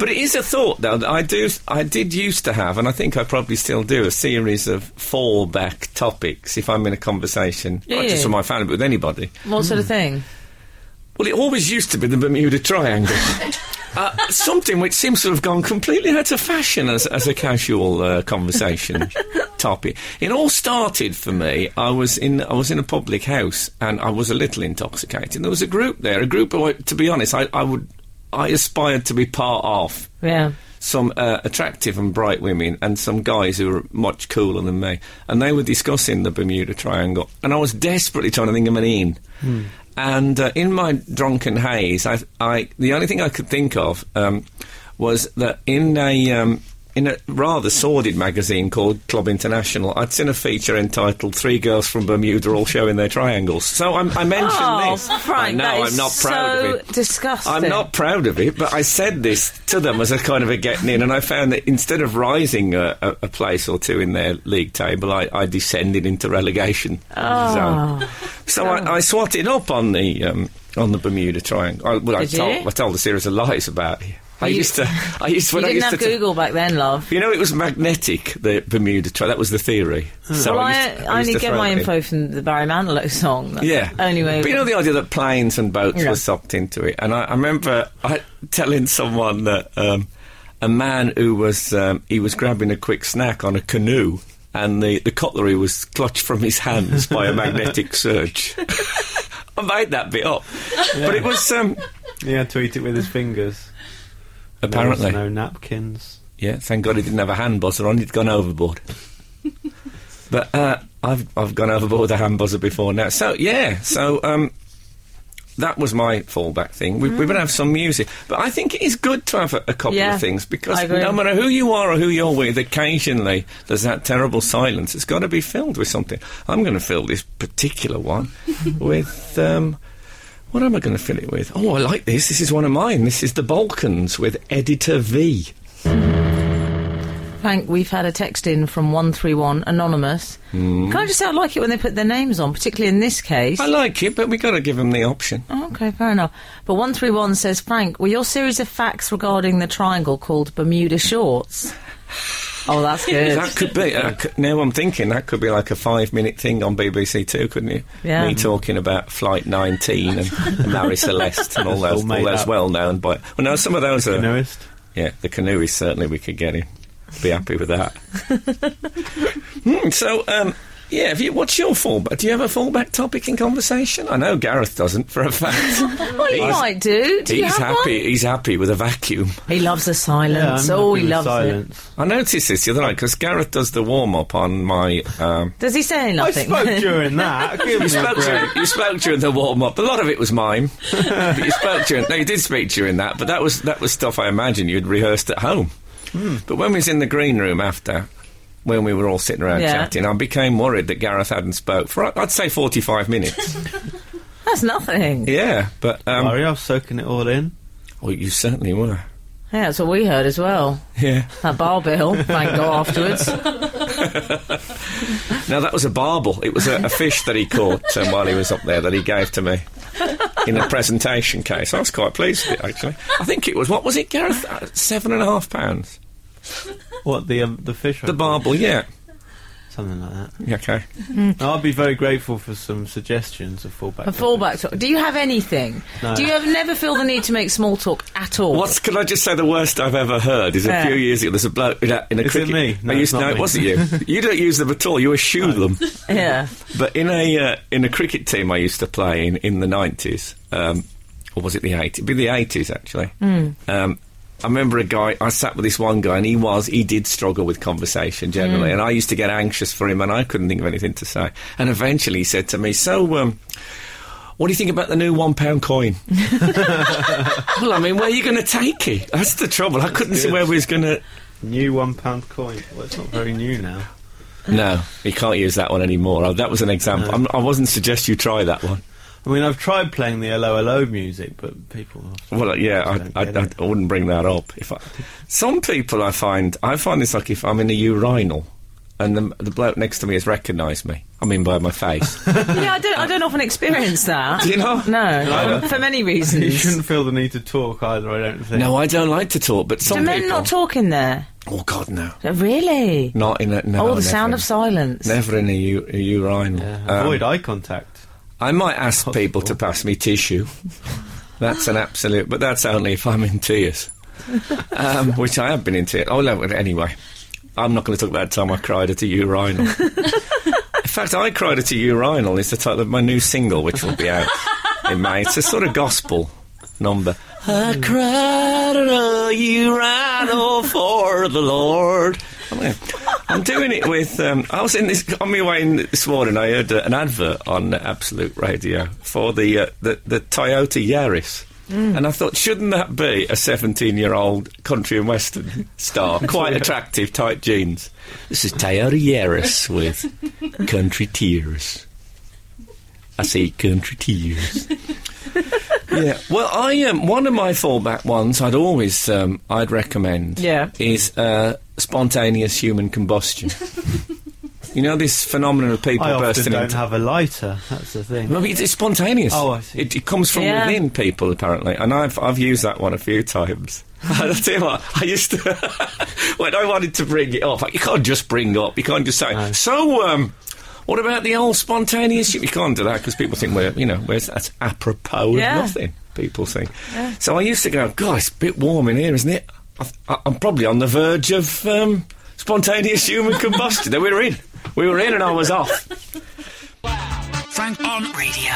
[SPEAKER 4] but it is a thought, though. That I do. I did used to have, and I think I probably still do, a series of fallback topics if I'm in a conversation, not
[SPEAKER 5] Yeah.
[SPEAKER 4] just with my family, but with anybody.
[SPEAKER 5] what sort of thing?
[SPEAKER 4] Well, it always used to be the Bermuda Triangle. Uh, something which seems to have gone completely out of fashion as, as a casual uh, conversation topic. It all started for me. I was in I was in a public house and I was a little intoxicated. There was a group there, a group. Of, to be honest, I, I would I aspired to be part of
[SPEAKER 5] Yeah.
[SPEAKER 4] some uh, attractive and bright women and some guys who were much cooler than me. And they were discussing the Bermuda Triangle. And I was desperately trying to think of an in. And uh, in my drunken haze, I, I, the only thing I could think of um, was that in a, um, in a rather sordid magazine called Club International, I'd seen a feature entitled Three Girls from Bermuda All Showing Their Triangles. So I'm, I mentioned
[SPEAKER 5] Oh,
[SPEAKER 4] this.
[SPEAKER 5] Frank,
[SPEAKER 4] I know,
[SPEAKER 5] that is
[SPEAKER 4] I'm not proud
[SPEAKER 5] so
[SPEAKER 4] of it.
[SPEAKER 5] disgusting.
[SPEAKER 4] I'm not proud of it, but I said this to them as a kind of a getting in, and I found that instead of rising a, a, a place or two in their league table, I, I descended into relegation
[SPEAKER 5] Ah.
[SPEAKER 4] zone. So I, I swatted up on the um, on the Bermuda Triangle. I, well, I,
[SPEAKER 5] Did
[SPEAKER 4] told,
[SPEAKER 5] you?
[SPEAKER 4] I told a series of lies about it. I
[SPEAKER 5] You-
[SPEAKER 4] used to. I used to.
[SPEAKER 5] *laughs* You
[SPEAKER 4] when I
[SPEAKER 5] didn't
[SPEAKER 4] used
[SPEAKER 5] have
[SPEAKER 4] to t-
[SPEAKER 5] Google back then, love.
[SPEAKER 4] you know, it was magnetic, the Bermuda Triangle. That was the theory. So
[SPEAKER 5] Hmm. well,
[SPEAKER 4] Oh, used to-
[SPEAKER 5] I, I
[SPEAKER 4] used
[SPEAKER 5] only
[SPEAKER 4] to
[SPEAKER 5] get
[SPEAKER 4] throw
[SPEAKER 5] my
[SPEAKER 4] it in.
[SPEAKER 5] info from the Barry Manilow song.
[SPEAKER 4] *laughs*
[SPEAKER 5] That's
[SPEAKER 4] Yeah.
[SPEAKER 5] the Only way.
[SPEAKER 4] But you know the idea that planes and boats
[SPEAKER 5] Yeah.
[SPEAKER 4] were sucked into it. And I, I remember I, telling someone that um, a man who was um, he was grabbing a quick snack on a canoe. And the, the cutlery was clutched from his hands by a magnetic surge. *laughs* I made that bit up, but it was um,
[SPEAKER 6] He had to eat it with his fingers. There was
[SPEAKER 4] apparently.
[SPEAKER 6] no napkins.
[SPEAKER 4] Yeah, thank God he didn't have a hand buzzer on. He'd gone
[SPEAKER 5] *laughs*
[SPEAKER 4] overboard. but uh, I've I've gone overboard with a hand buzzer before now. So yeah, so um, that was my fallback thing. We, We're going to have some music, but I think it is good to have a, a couple
[SPEAKER 5] Yeah,
[SPEAKER 4] of things
[SPEAKER 5] I
[SPEAKER 4] because
[SPEAKER 5] agree.
[SPEAKER 4] no matter who you are or who you're with, occasionally there's that terrible silence. It's got to be filled with something. I'm going to fill this particular
[SPEAKER 5] *laughs*
[SPEAKER 4] one with. Um, what am I going to fill it with? Oh, I like this. This is one of mine. This is the Balkans with Editor V.
[SPEAKER 5] Frank, we've had a text in from 131 Anonymous.
[SPEAKER 4] Hmm.
[SPEAKER 5] Can I just say I like it when they put their names on, particularly in this case?
[SPEAKER 4] I like it, but we got to give them the option.
[SPEAKER 5] Oh, okay, fair enough. But 131 says, Frank, were your series of facts regarding the triangle called
[SPEAKER 4] *laughs*
[SPEAKER 5] Bermuda Shorts? Oh, that's good.
[SPEAKER 4] That could be. Uh, c- now I'm thinking that could be like a five-minute thing on BBC Two, couldn't it?
[SPEAKER 5] Yeah.
[SPEAKER 4] Me talking about Flight 19 and Mary Celeste and all
[SPEAKER 6] all
[SPEAKER 4] those, all
[SPEAKER 6] made
[SPEAKER 4] those
[SPEAKER 6] up.
[SPEAKER 4] well-known. By well, no, some of those are.
[SPEAKER 6] You noticed?
[SPEAKER 4] Yeah, the canoe is certainly we could get him. Be happy with
[SPEAKER 5] *laughs*
[SPEAKER 4] that. Hmm, so, um, yeah, have you, what's your fallback? Do you have a fallback topic in conversation? I know Gareth doesn't for a
[SPEAKER 5] *laughs*
[SPEAKER 4] fact.
[SPEAKER 5] well, you
[SPEAKER 4] He's-
[SPEAKER 5] might do. Do you
[SPEAKER 4] he's
[SPEAKER 5] have
[SPEAKER 4] happy. He's happy with a vacuum.
[SPEAKER 5] One? He loves the
[SPEAKER 6] Yeah,
[SPEAKER 5] silence.
[SPEAKER 6] I'm
[SPEAKER 5] oh,
[SPEAKER 6] happy
[SPEAKER 5] he
[SPEAKER 6] with
[SPEAKER 5] loves it.
[SPEAKER 6] silence.
[SPEAKER 4] I noticed this the other night because Gareth does the warm-up on my. Um,
[SPEAKER 5] *laughs* Does he say
[SPEAKER 6] I
[SPEAKER 5] nothing? *laughs*
[SPEAKER 6] spoke during that. Give me
[SPEAKER 4] You
[SPEAKER 6] a
[SPEAKER 4] spoke, during,
[SPEAKER 6] break.
[SPEAKER 4] you spoke during the warm up. A lot of it was mime. but you spoke during. No, you did speak during that, but that was that was stuff I imagine you'd rehearsed at home. But when we was in the green room after, when we were all sitting around
[SPEAKER 5] Yeah.
[SPEAKER 4] chatting, I became worried that Gareth hadn't spoke for I'd say forty five minutes.
[SPEAKER 5] That's nothing. Yeah.
[SPEAKER 4] yeah, but um,
[SPEAKER 6] Sorry, I was soaking it all in.
[SPEAKER 4] well, you certainly were.
[SPEAKER 5] that's what we heard as well.
[SPEAKER 4] Yeah.
[SPEAKER 5] That bar bill, thank
[SPEAKER 4] *laughs*
[SPEAKER 5] God, afterwards.
[SPEAKER 4] Now that was a barbel. It was a, a fish that he caught um, while he was up there that he gave to me in a presentation case. I was quite pleased with it actually. I think it was what was it, Gareth? Uh, Seven and a half pounds.
[SPEAKER 6] What the um, the fish?
[SPEAKER 4] The barbel, yeah.
[SPEAKER 6] something like that.
[SPEAKER 4] Yeah, Okay.
[SPEAKER 6] I'll be very grateful for some suggestions of fallback.
[SPEAKER 5] A fallback. to- Do you have anything?
[SPEAKER 6] No.
[SPEAKER 5] Do you have, never feel the need to make small talk at all?
[SPEAKER 4] What's? Can I just say the worst I've ever heard is a
[SPEAKER 5] Yeah.
[SPEAKER 4] few years ago. There's a bloke in a, in a
[SPEAKER 6] Is it
[SPEAKER 4] cricket.
[SPEAKER 6] me? No,
[SPEAKER 4] I used
[SPEAKER 6] it's not
[SPEAKER 4] no, it
[SPEAKER 6] me.
[SPEAKER 4] wasn't you. You don't use them at all. You eschew them.
[SPEAKER 5] *laughs* Yeah.
[SPEAKER 4] But in a uh, in a cricket team I used to play in in the nineties, um, or was it the eighties? It'd be the eighties actually. Um, I remember a guy. I sat with this one guy, and he was he did struggle with conversation generally, and I used to get anxious for him, and I couldn't think of anything to say. And eventually, he said to me, "So." Um, what do you think about the new one pound coin? well, I mean, where are you going to take it? That's the trouble. I couldn't see where we was going to.
[SPEAKER 6] New one pound coin. Well, it's not very new now.
[SPEAKER 4] No, you can't use that one anymore. Oh, That was an example. I'm- I wasn't suggest you try that one.
[SPEAKER 6] I mean, I've tried playing the LOLO music, but people.
[SPEAKER 4] Well, uh, yeah,
[SPEAKER 6] Don't
[SPEAKER 4] I, I,
[SPEAKER 6] get
[SPEAKER 4] I,
[SPEAKER 6] it.
[SPEAKER 4] I wouldn't bring that up. If I, some people, I find, I find this like if I'm in a urinal and the, the bloke next to me has recognised me. I mean, by my
[SPEAKER 6] *laughs*
[SPEAKER 4] face.
[SPEAKER 5] Yeah, I don't, I don't often experience that.
[SPEAKER 4] Do you know?
[SPEAKER 5] No, for many
[SPEAKER 6] You
[SPEAKER 5] reasons.
[SPEAKER 6] shouldn't feel the need to talk either. I don't think.
[SPEAKER 4] No, I don't like to talk, but some
[SPEAKER 5] Do men
[SPEAKER 4] people.
[SPEAKER 5] not talk in there?
[SPEAKER 4] oh God, no,
[SPEAKER 5] Uh, Really?
[SPEAKER 4] not in a no.
[SPEAKER 5] oh, the
[SPEAKER 4] never.
[SPEAKER 5] sound of silence.
[SPEAKER 4] Never in a, u- a urinal.
[SPEAKER 6] Yeah,
[SPEAKER 4] Um,
[SPEAKER 6] avoid eye contact.
[SPEAKER 4] I might ask people to pass me tissue. That's an absolute, but that's only if I'm in tears, *laughs* um, which I have been in tears. Oh, no, but anyway, I'm not going to talk about the time I cried at a *laughs* urinal. in fact, I cried at a urinal is the title of my new single, which will be out in May. It's a sort of gospel number. I cried at a urinal for the Lord. I'm gonna- I'm doing it with. Um, I was in this on my way in this morning. I heard uh, an advert on Absolute Radio for the uh, the, the Toyota Yaris. And I thought, shouldn't that be a 17 year old country and western star? Quite attractive, tight jeans. This is Tayari Yaris with Country Tears. I say country tears. yeah. Well, I am um, one of my fallback ones. I'd always, um, I'd recommend.
[SPEAKER 5] Yeah.
[SPEAKER 4] Is uh, spontaneous human combustion. you know this phenomenon of people
[SPEAKER 6] I often
[SPEAKER 4] bursting
[SPEAKER 6] don't
[SPEAKER 4] into.
[SPEAKER 6] have a lighter. That's the thing.
[SPEAKER 4] No, but it's, it's spontaneous.
[SPEAKER 6] Oh, I see.
[SPEAKER 4] It, it comes from
[SPEAKER 5] Yeah.
[SPEAKER 4] within people apparently, and I've I've used that one a few *laughs* times. I tell you what, I used to *laughs* when I wanted to bring it up. You can't just bring up. You can't just say
[SPEAKER 6] No.
[SPEAKER 4] so. Um, what about the old spontaneous? You can't do that because people think we're you know we're, that's apropos
[SPEAKER 5] Yeah.
[SPEAKER 4] of nothing. People think. So I used to go, God, it's a bit warm in here, isn't it? I, I, I'm probably on the verge of um, spontaneous human combustion. then we were in. We were in, and I was off.
[SPEAKER 1] Frank on
[SPEAKER 3] Radio.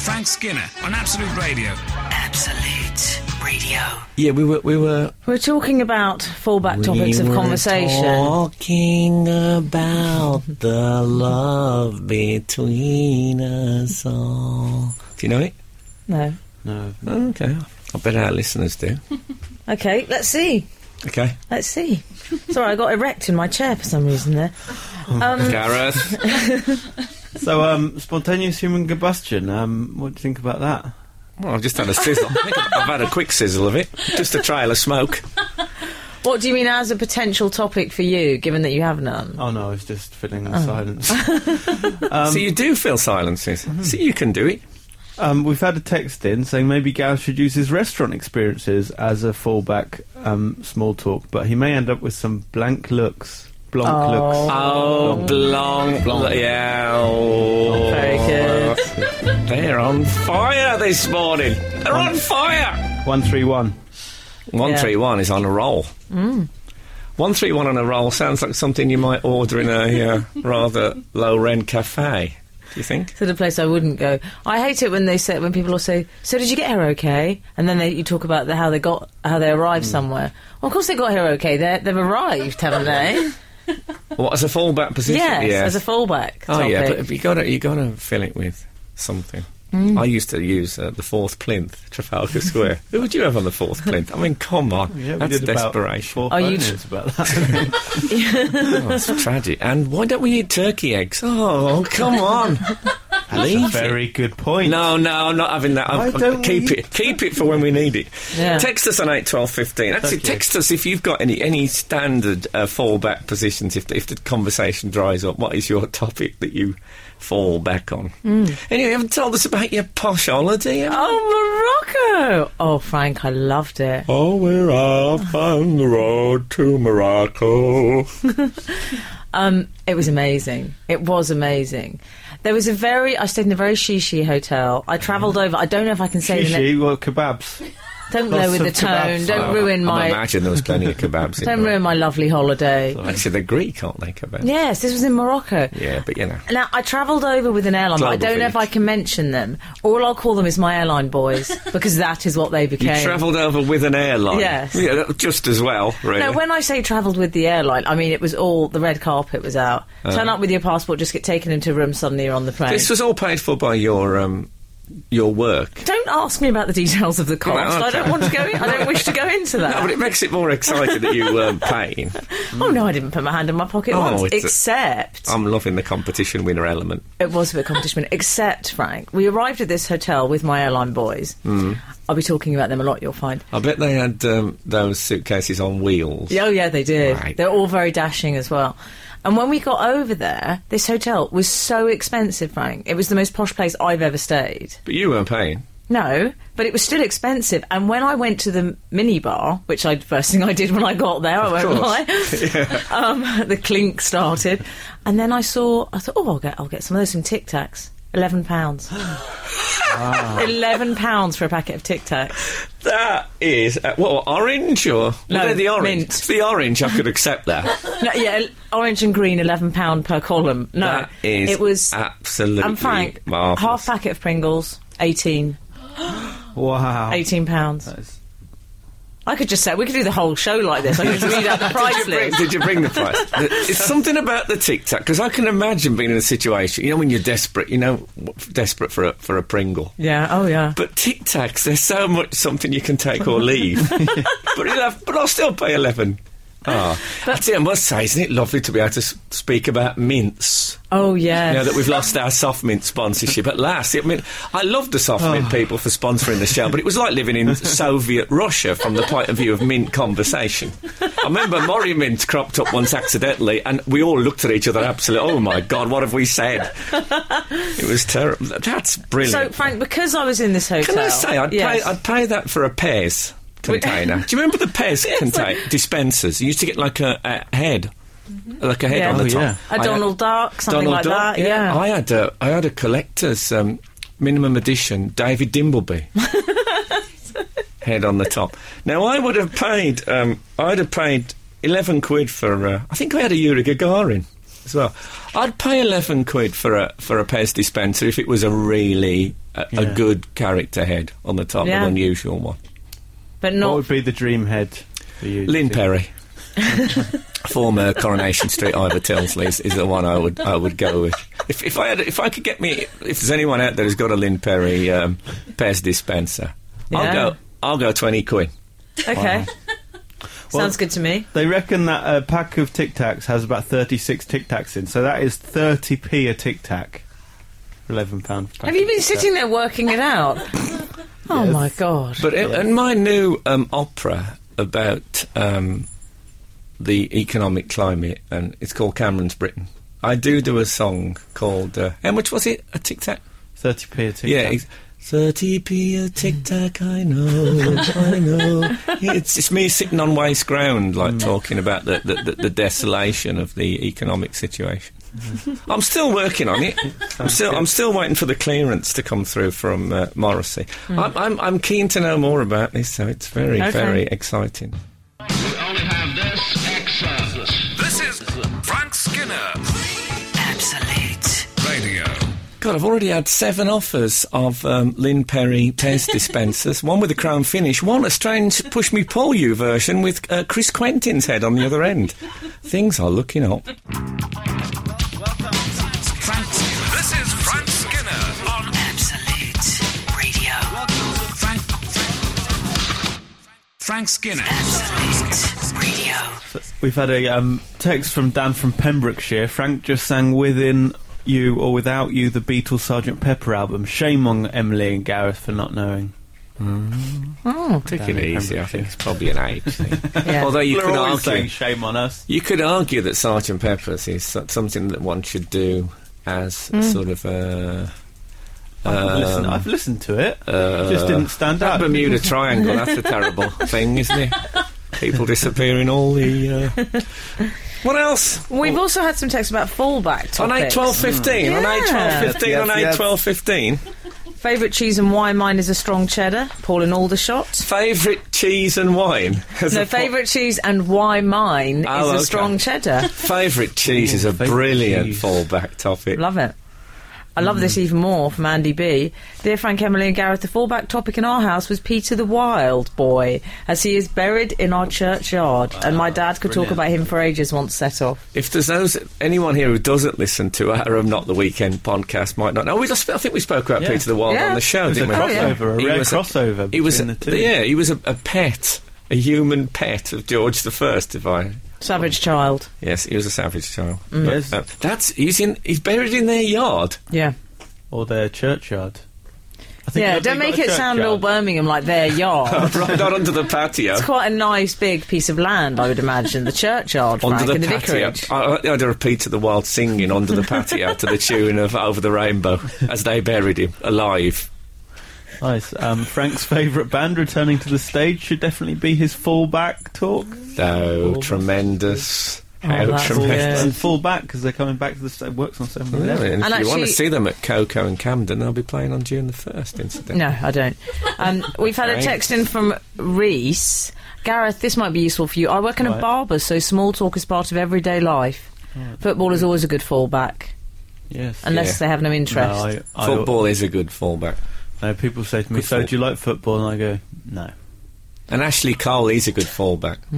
[SPEAKER 1] Frank Skinner on Absolute Radio.
[SPEAKER 3] Absolute Radio.
[SPEAKER 4] *laughs* Yeah, we were. We were.
[SPEAKER 5] We're talking about fallback topics of
[SPEAKER 4] were
[SPEAKER 5] conversation.
[SPEAKER 4] Talking about the love between us all. Do you know it?
[SPEAKER 5] No.
[SPEAKER 6] No.
[SPEAKER 4] Oh, okay. I bet our listeners do.
[SPEAKER 5] Okay, let's see.
[SPEAKER 4] *laughs* Okay.
[SPEAKER 5] Let's see. Sorry, I got erect in my chair for some reason there.
[SPEAKER 4] Oh
[SPEAKER 5] Um,
[SPEAKER 4] Gareth.
[SPEAKER 6] So, um, spontaneous human combustion. Um, what do you think about that?
[SPEAKER 4] Well, I've just had a sizzle. I think *laughs* I've I've had a quick sizzle of it. Just a trail of smoke.
[SPEAKER 5] What do you mean as a potential topic for you, given that you have none?
[SPEAKER 6] Oh no, I was just filling
[SPEAKER 5] *laughs*
[SPEAKER 6] the silence.
[SPEAKER 4] so you do feel silences. So you can do it.
[SPEAKER 6] Um, we've had a text in saying maybe Gareth should use his restaurant experiences as a fallback um, small talk, but he may end up with some blank looks, blank looks.
[SPEAKER 4] Oh, blonde. Yeah. oh.
[SPEAKER 5] Very good.
[SPEAKER 4] They're on fire this morning. They're on fire.
[SPEAKER 6] One three one.
[SPEAKER 4] One three one is on a roll. Hmm. One three one on a roll sounds like something you might order in a *laughs* uh, rather low rent cafe. Do you think?
[SPEAKER 5] To the place I wouldn't go. I hate it when they say when people will say, "So did you get here okay?" And then they, you talk about the, how they got how they arrived somewhere. Well, of course they got here okay. They they've arrived, haven't they?
[SPEAKER 4] What as a fallback position?
[SPEAKER 5] yes,
[SPEAKER 4] Yeah.
[SPEAKER 5] as a fallback.
[SPEAKER 4] oh
[SPEAKER 5] topic.
[SPEAKER 4] yeah, but you gotta you gotta fill it with something. I used to use uh, the fourth plinth, *laughs* Trafalgar Square. Who would you have on the *laughs* fourth plinth? I mean, come on,
[SPEAKER 6] Yeah, we
[SPEAKER 4] that's
[SPEAKER 6] did
[SPEAKER 4] *laughs*
[SPEAKER 6] about
[SPEAKER 4] desperation.
[SPEAKER 6] Four
[SPEAKER 5] Are you
[SPEAKER 6] phone-ins about that. *laughs*
[SPEAKER 4] Oh, it's tragic. And why don't we eat turkey eggs? Oh, *laughs* come on. Leave it.
[SPEAKER 6] Very good point.
[SPEAKER 4] No, no, I'm not having that. I'm,
[SPEAKER 6] Why
[SPEAKER 4] I'm-
[SPEAKER 6] don't
[SPEAKER 4] keep
[SPEAKER 6] we-
[SPEAKER 4] it. Keep it for when we need it.
[SPEAKER 5] Yeah.
[SPEAKER 4] Text us on eight twelve fifteen. Actually,
[SPEAKER 6] Thank you.
[SPEAKER 4] text us if you've got any any standard uh, fallback positions. If if the conversation dries up, what is your *laughs* topic that you fall back on? Anyway, you haven't told us about your posh holiday. have you?
[SPEAKER 5] Mm. Oh, Morocco! Oh, Frank, I loved it.
[SPEAKER 4] Oh, we're off on the road to Morocco.
[SPEAKER 5] Um, it was amazing. It was amazing. There was a very. I stayed in a very shishi hotel. I travelled over. I don't know if I can say the name.
[SPEAKER 6] Shishi, well, kebabs.
[SPEAKER 5] Don't
[SPEAKER 6] Lots
[SPEAKER 5] lower the
[SPEAKER 6] of kebabs.
[SPEAKER 5] tone. Don't
[SPEAKER 4] Oh,
[SPEAKER 5] ruin
[SPEAKER 4] I
[SPEAKER 5] my.
[SPEAKER 4] imagine there was plenty of kebabs. in
[SPEAKER 5] *laughs* Don't
[SPEAKER 4] there.
[SPEAKER 5] ruin my lovely holiday.
[SPEAKER 4] Actually, they're Greek, aren't they? Kebabs.
[SPEAKER 5] Yes, this was in Morocco.
[SPEAKER 4] Yeah, but you know.
[SPEAKER 5] Now, I travelled over with an airline, but I
[SPEAKER 4] Global
[SPEAKER 5] don't know if I
[SPEAKER 4] Village.
[SPEAKER 5] can mention them. All I'll call them is my airline boys,
[SPEAKER 4] *laughs*
[SPEAKER 5] because that is what they
[SPEAKER 4] You
[SPEAKER 5] became.
[SPEAKER 4] travelled over with an airline.
[SPEAKER 5] Yes.
[SPEAKER 4] Yeah, that- just as well, really.
[SPEAKER 5] No, when I say travelled with the airline, I mean it was all the red carpet was out. Turn up with your passport, just get taken into a room, suddenly you're on the plane.
[SPEAKER 4] Uh. this was all paid for by your um, your
[SPEAKER 5] *laughs*
[SPEAKER 4] work.
[SPEAKER 5] Don't ask me about the details of the cost. I
[SPEAKER 4] okay.
[SPEAKER 5] don't want to go in. I don't wish to go into
[SPEAKER 4] *laughs*
[SPEAKER 5] that.
[SPEAKER 4] No, but it makes it more exciting that you weren't
[SPEAKER 5] *laughs*
[SPEAKER 4] paying.
[SPEAKER 5] oh no, I didn't put my hand in my pocket
[SPEAKER 4] Oh,
[SPEAKER 5] once.
[SPEAKER 4] it's a- um,
[SPEAKER 5] Except
[SPEAKER 4] I'm loving the competition winner element.
[SPEAKER 5] it was a bit competition. except Frank, we arrived at this hotel with my airline boys.
[SPEAKER 4] Hmm.
[SPEAKER 5] I'll be talking about them a lot. You'll find.
[SPEAKER 4] I bet they had um, those suitcases on wheels.
[SPEAKER 5] Oh yeah, they did.
[SPEAKER 4] Right.
[SPEAKER 5] They're all very dashing as well. And when we got over there, this hotel was so expensive, Frank. It was the most posh place I've ever stayed.
[SPEAKER 4] But you weren't paying.
[SPEAKER 5] No, but it was still expensive. And when I went to the minibar, which I first thing I did when I got there, I won't
[SPEAKER 4] course.
[SPEAKER 5] lie,
[SPEAKER 4] *laughs*
[SPEAKER 5] um, *laughs* the clink started, and then I saw. I thought, oh, I'll get, I'll get some of those, some Tic Tacs.
[SPEAKER 4] *gasps*
[SPEAKER 5] Eleven pounds. Eleven pounds for a packet of Tic Tacs.
[SPEAKER 4] That is uh, what orange or
[SPEAKER 5] No,
[SPEAKER 4] Well, they're the orange.
[SPEAKER 5] mint.
[SPEAKER 4] It's the orange. I could accept that.
[SPEAKER 5] No, yeah, el- orange and green, eleven pound per column. *laughs* No,
[SPEAKER 4] that is
[SPEAKER 5] it was.
[SPEAKER 4] absolutely.
[SPEAKER 5] and Frank,
[SPEAKER 4] marvellous.
[SPEAKER 5] half packet of Pringles, 18,
[SPEAKER 6] Wow.
[SPEAKER 5] 18 pounds.
[SPEAKER 6] That is
[SPEAKER 5] I could just say we could do the whole show like this. I could just read out the price
[SPEAKER 4] Bring- *laughs*
[SPEAKER 5] list.
[SPEAKER 4] Did you bring the price?
[SPEAKER 5] *laughs*
[SPEAKER 4] The- it's something about the Tic Tac because I can imagine being in a situation. You know, when you're desperate, you know, w- desperate for a for a Pringle.
[SPEAKER 5] Yeah. Oh yeah.
[SPEAKER 4] But Tic Tacs, they're so much something you can take or leave. but, you'll have, but I'll still pay eleven. Ah, that's it. I must say, isn't it lovely to be able to s- speak about mints?
[SPEAKER 5] Oh yes.
[SPEAKER 4] Now that we've lost our soft mint sponsorship at last. I mean, I love the soft mint people for sponsoring the show, but it was like living in Soviet Russia from the point of view of mint conversation. I remember Murray Mint cropped up once accidentally, and we all looked at each other absolutely, oh my God, what have we said? It was terrible. That's
[SPEAKER 5] so
[SPEAKER 4] brilliant.
[SPEAKER 5] Frank, because I was in this hotel,
[SPEAKER 4] Can I say, I'd,
[SPEAKER 5] yes.
[SPEAKER 4] pay, I'd pay that for a Pez *laughs* container. Do you remember the Pez container dispensers? You used to get like a, a head. Like a head
[SPEAKER 5] Yeah.
[SPEAKER 4] on
[SPEAKER 5] Oh,
[SPEAKER 4] the top.
[SPEAKER 6] yeah.
[SPEAKER 5] a
[SPEAKER 4] I had-
[SPEAKER 5] Donald Duck, something like
[SPEAKER 4] Donald
[SPEAKER 5] that.
[SPEAKER 4] Duck,
[SPEAKER 5] Yeah.
[SPEAKER 4] I had a I had a collector's um, minimum edition David Dimbleby
[SPEAKER 5] *laughs*
[SPEAKER 4] head on the top. Now I would have paid um, I'd have paid eleven quid for uh, I think I had a Yuri Gagarin as well. I'd pay eleven quid for a for a Pez dispenser if it was a really a, a
[SPEAKER 6] Yeah.
[SPEAKER 4] good character head on the top,
[SPEAKER 5] Yeah.
[SPEAKER 4] an unusual one.
[SPEAKER 5] but
[SPEAKER 6] What
[SPEAKER 5] not
[SPEAKER 4] Oh,
[SPEAKER 6] would be the dream head for you?
[SPEAKER 4] Lynn
[SPEAKER 6] Steve?
[SPEAKER 4] Perry. *laughs* Former Coronation Street Ivor Tilsley is, is the one I would I would go with. If, if I had if I could get me if there's anyone out there who's got a Lynn Perry um, Pez dispenser,
[SPEAKER 5] Yeah.
[SPEAKER 4] I'll go I'll go twenty quid.
[SPEAKER 5] okay. Sounds good to me.
[SPEAKER 6] They reckon that a pack of Tic Tacs has about 36 Tic Tacs in, so that is 30p a Tic Tac. £11. pack
[SPEAKER 5] Have you
[SPEAKER 6] of
[SPEAKER 5] been
[SPEAKER 6] Tic Tac.
[SPEAKER 5] sitting there working
[SPEAKER 4] *laughs*
[SPEAKER 5] it out? oh my god.
[SPEAKER 4] But it, and my new um, opera about um, the economic climate and it's called Cameron's Britain. I do do a song called uh, how much was it a tic tac
[SPEAKER 6] 30p a Tic
[SPEAKER 4] Yeah,
[SPEAKER 6] Tac.
[SPEAKER 4] ex- 30p a tic tac, I know, I know. It's, it's me sitting on waste ground, like talking about the, the, the, the desolation of the economic situation. I'm still working on it. I'm still, I'm still waiting for the clearance to come through from uh, Morrissey. I'm, I'm, I'm keen to know more about this, so it's very,
[SPEAKER 5] Okay.
[SPEAKER 4] very exciting.
[SPEAKER 2] This is Frank Skinner
[SPEAKER 3] Absolute
[SPEAKER 2] Radio.
[SPEAKER 4] God, I've already had seven offers of um, Lynn Perry test dispensers. one with a crown finish, one a strange push me pull you version with uh, Chris Quentin's head on the other end. Things are looking up.
[SPEAKER 2] Frank Skinner. This is Frank Skinner on
[SPEAKER 3] Absolute Radio.
[SPEAKER 2] Frank. Frank Skinner.
[SPEAKER 3] Absolute Radio.
[SPEAKER 6] We've had a um, text from Dan from Pembrokeshire. Frank just sang Within You or Without You, the Beatles Sgt. Pepper album. Shame on Emily and Gareth for not knowing.
[SPEAKER 4] Taking it easy, I think it's probably an *laughs* age thing.
[SPEAKER 5] Yeah.
[SPEAKER 4] Although you
[SPEAKER 6] People are
[SPEAKER 4] could
[SPEAKER 6] always
[SPEAKER 4] argue,
[SPEAKER 6] saying shame on us.
[SPEAKER 4] you could argue that Sergeant Pepper's is so- something that one should do as a sort of a. Uh,
[SPEAKER 6] I've, listened, I've listened to it. just didn't stand
[SPEAKER 4] That *laughs*
[SPEAKER 6] out.
[SPEAKER 4] Bermuda Triangle, that's a terrible thing, isn't it? People disappearing all the. Uh... *laughs* What else?
[SPEAKER 5] We've also had some text about fallback topics.
[SPEAKER 4] On eight twelve fifteen. On eight twelve fifteen.
[SPEAKER 6] Yes,
[SPEAKER 4] On eight
[SPEAKER 6] yes.
[SPEAKER 4] twelve fifteen.
[SPEAKER 5] Favourite cheese and wine. Mine is a strong cheddar. Paul and Aldershot.
[SPEAKER 4] Favourite cheese and wine. As
[SPEAKER 5] No,
[SPEAKER 4] a po-
[SPEAKER 5] favourite cheese and why mine
[SPEAKER 4] Oh,
[SPEAKER 5] is
[SPEAKER 4] okay.
[SPEAKER 5] a strong cheddar. *laughs*
[SPEAKER 4] Favourite cheese is a
[SPEAKER 6] favourite
[SPEAKER 4] brilliant
[SPEAKER 6] cheese.
[SPEAKER 4] fallback topic.
[SPEAKER 5] Love it. I love
[SPEAKER 4] Mm.
[SPEAKER 5] this even more from Andy B. Dear Frank, Emily, and Gareth, the fallback topic in our house was Peter the Wild Boy, as he is buried in our churchyard, and my dad could talk about him for ages once set off.
[SPEAKER 4] If there's those, anyone here who doesn't listen to our um, Not the Weekend podcast might not know. We just, I think we spoke about
[SPEAKER 6] Yeah.
[SPEAKER 4] Peter the Wild
[SPEAKER 5] Yeah.
[SPEAKER 4] on the show,
[SPEAKER 6] It was a
[SPEAKER 4] didn't we?
[SPEAKER 6] crossover, a
[SPEAKER 4] He
[SPEAKER 6] rare
[SPEAKER 4] was
[SPEAKER 6] crossover
[SPEAKER 4] He was,
[SPEAKER 6] between the two.
[SPEAKER 4] yeah, he was a, a pet, a human pet of George the First. If I
[SPEAKER 5] Savage child.
[SPEAKER 4] yes, he was a savage child.
[SPEAKER 5] Mm.
[SPEAKER 6] Yes.
[SPEAKER 4] Uh, that's he's in. He's buried in their yard. *laughs*
[SPEAKER 5] Yeah.
[SPEAKER 6] Or their churchyard. I think
[SPEAKER 5] Yeah,
[SPEAKER 6] they've
[SPEAKER 5] don't
[SPEAKER 6] got
[SPEAKER 5] make
[SPEAKER 6] a
[SPEAKER 5] it sound all
[SPEAKER 6] churchyard.
[SPEAKER 5] Birmingham
[SPEAKER 4] *laughs*
[SPEAKER 5] like their yard.
[SPEAKER 4] right on under the patio.
[SPEAKER 5] It's quite a nice big piece of land, I would imagine. The churchyard, Frank,
[SPEAKER 4] Under
[SPEAKER 5] and
[SPEAKER 4] the
[SPEAKER 5] the
[SPEAKER 4] patio.
[SPEAKER 5] vicarage.
[SPEAKER 4] I, I had a repeat of the wild singing under the patio to the tune of Over the Rainbow as they buried him alive.
[SPEAKER 6] Nice. Um, Frank's favourite band returning to the stage should definitely be his fallback talk.
[SPEAKER 4] So tremendous. How
[SPEAKER 5] Oh, that's
[SPEAKER 4] tremendous.
[SPEAKER 5] good.
[SPEAKER 6] And fallback because they're coming back to the stage. Works on seven
[SPEAKER 4] Really,
[SPEAKER 6] eleven.
[SPEAKER 4] And if
[SPEAKER 5] And
[SPEAKER 4] you want to
[SPEAKER 5] actually-
[SPEAKER 4] see them at Coco and Camden, they'll be playing on June the 1st, incidentally.
[SPEAKER 5] *laughs* No, I don't. Um, we've had a
[SPEAKER 4] Right.
[SPEAKER 5] text in from Reese. Gareth, this might be useful for you. I work in a
[SPEAKER 6] Right.
[SPEAKER 5] barber, so small talk is part of everyday life. Football is always a good fallback,
[SPEAKER 6] Yes.
[SPEAKER 5] unless
[SPEAKER 4] Yeah.
[SPEAKER 5] they have no
[SPEAKER 6] No,
[SPEAKER 5] interest.
[SPEAKER 6] I, I,
[SPEAKER 4] Football is a good fallback.
[SPEAKER 6] No, people say to me,
[SPEAKER 4] Good
[SPEAKER 6] "So
[SPEAKER 4] thought.
[SPEAKER 6] do you like football?" And I go, "No."
[SPEAKER 4] And Ashley Cole, he's a good fallback. I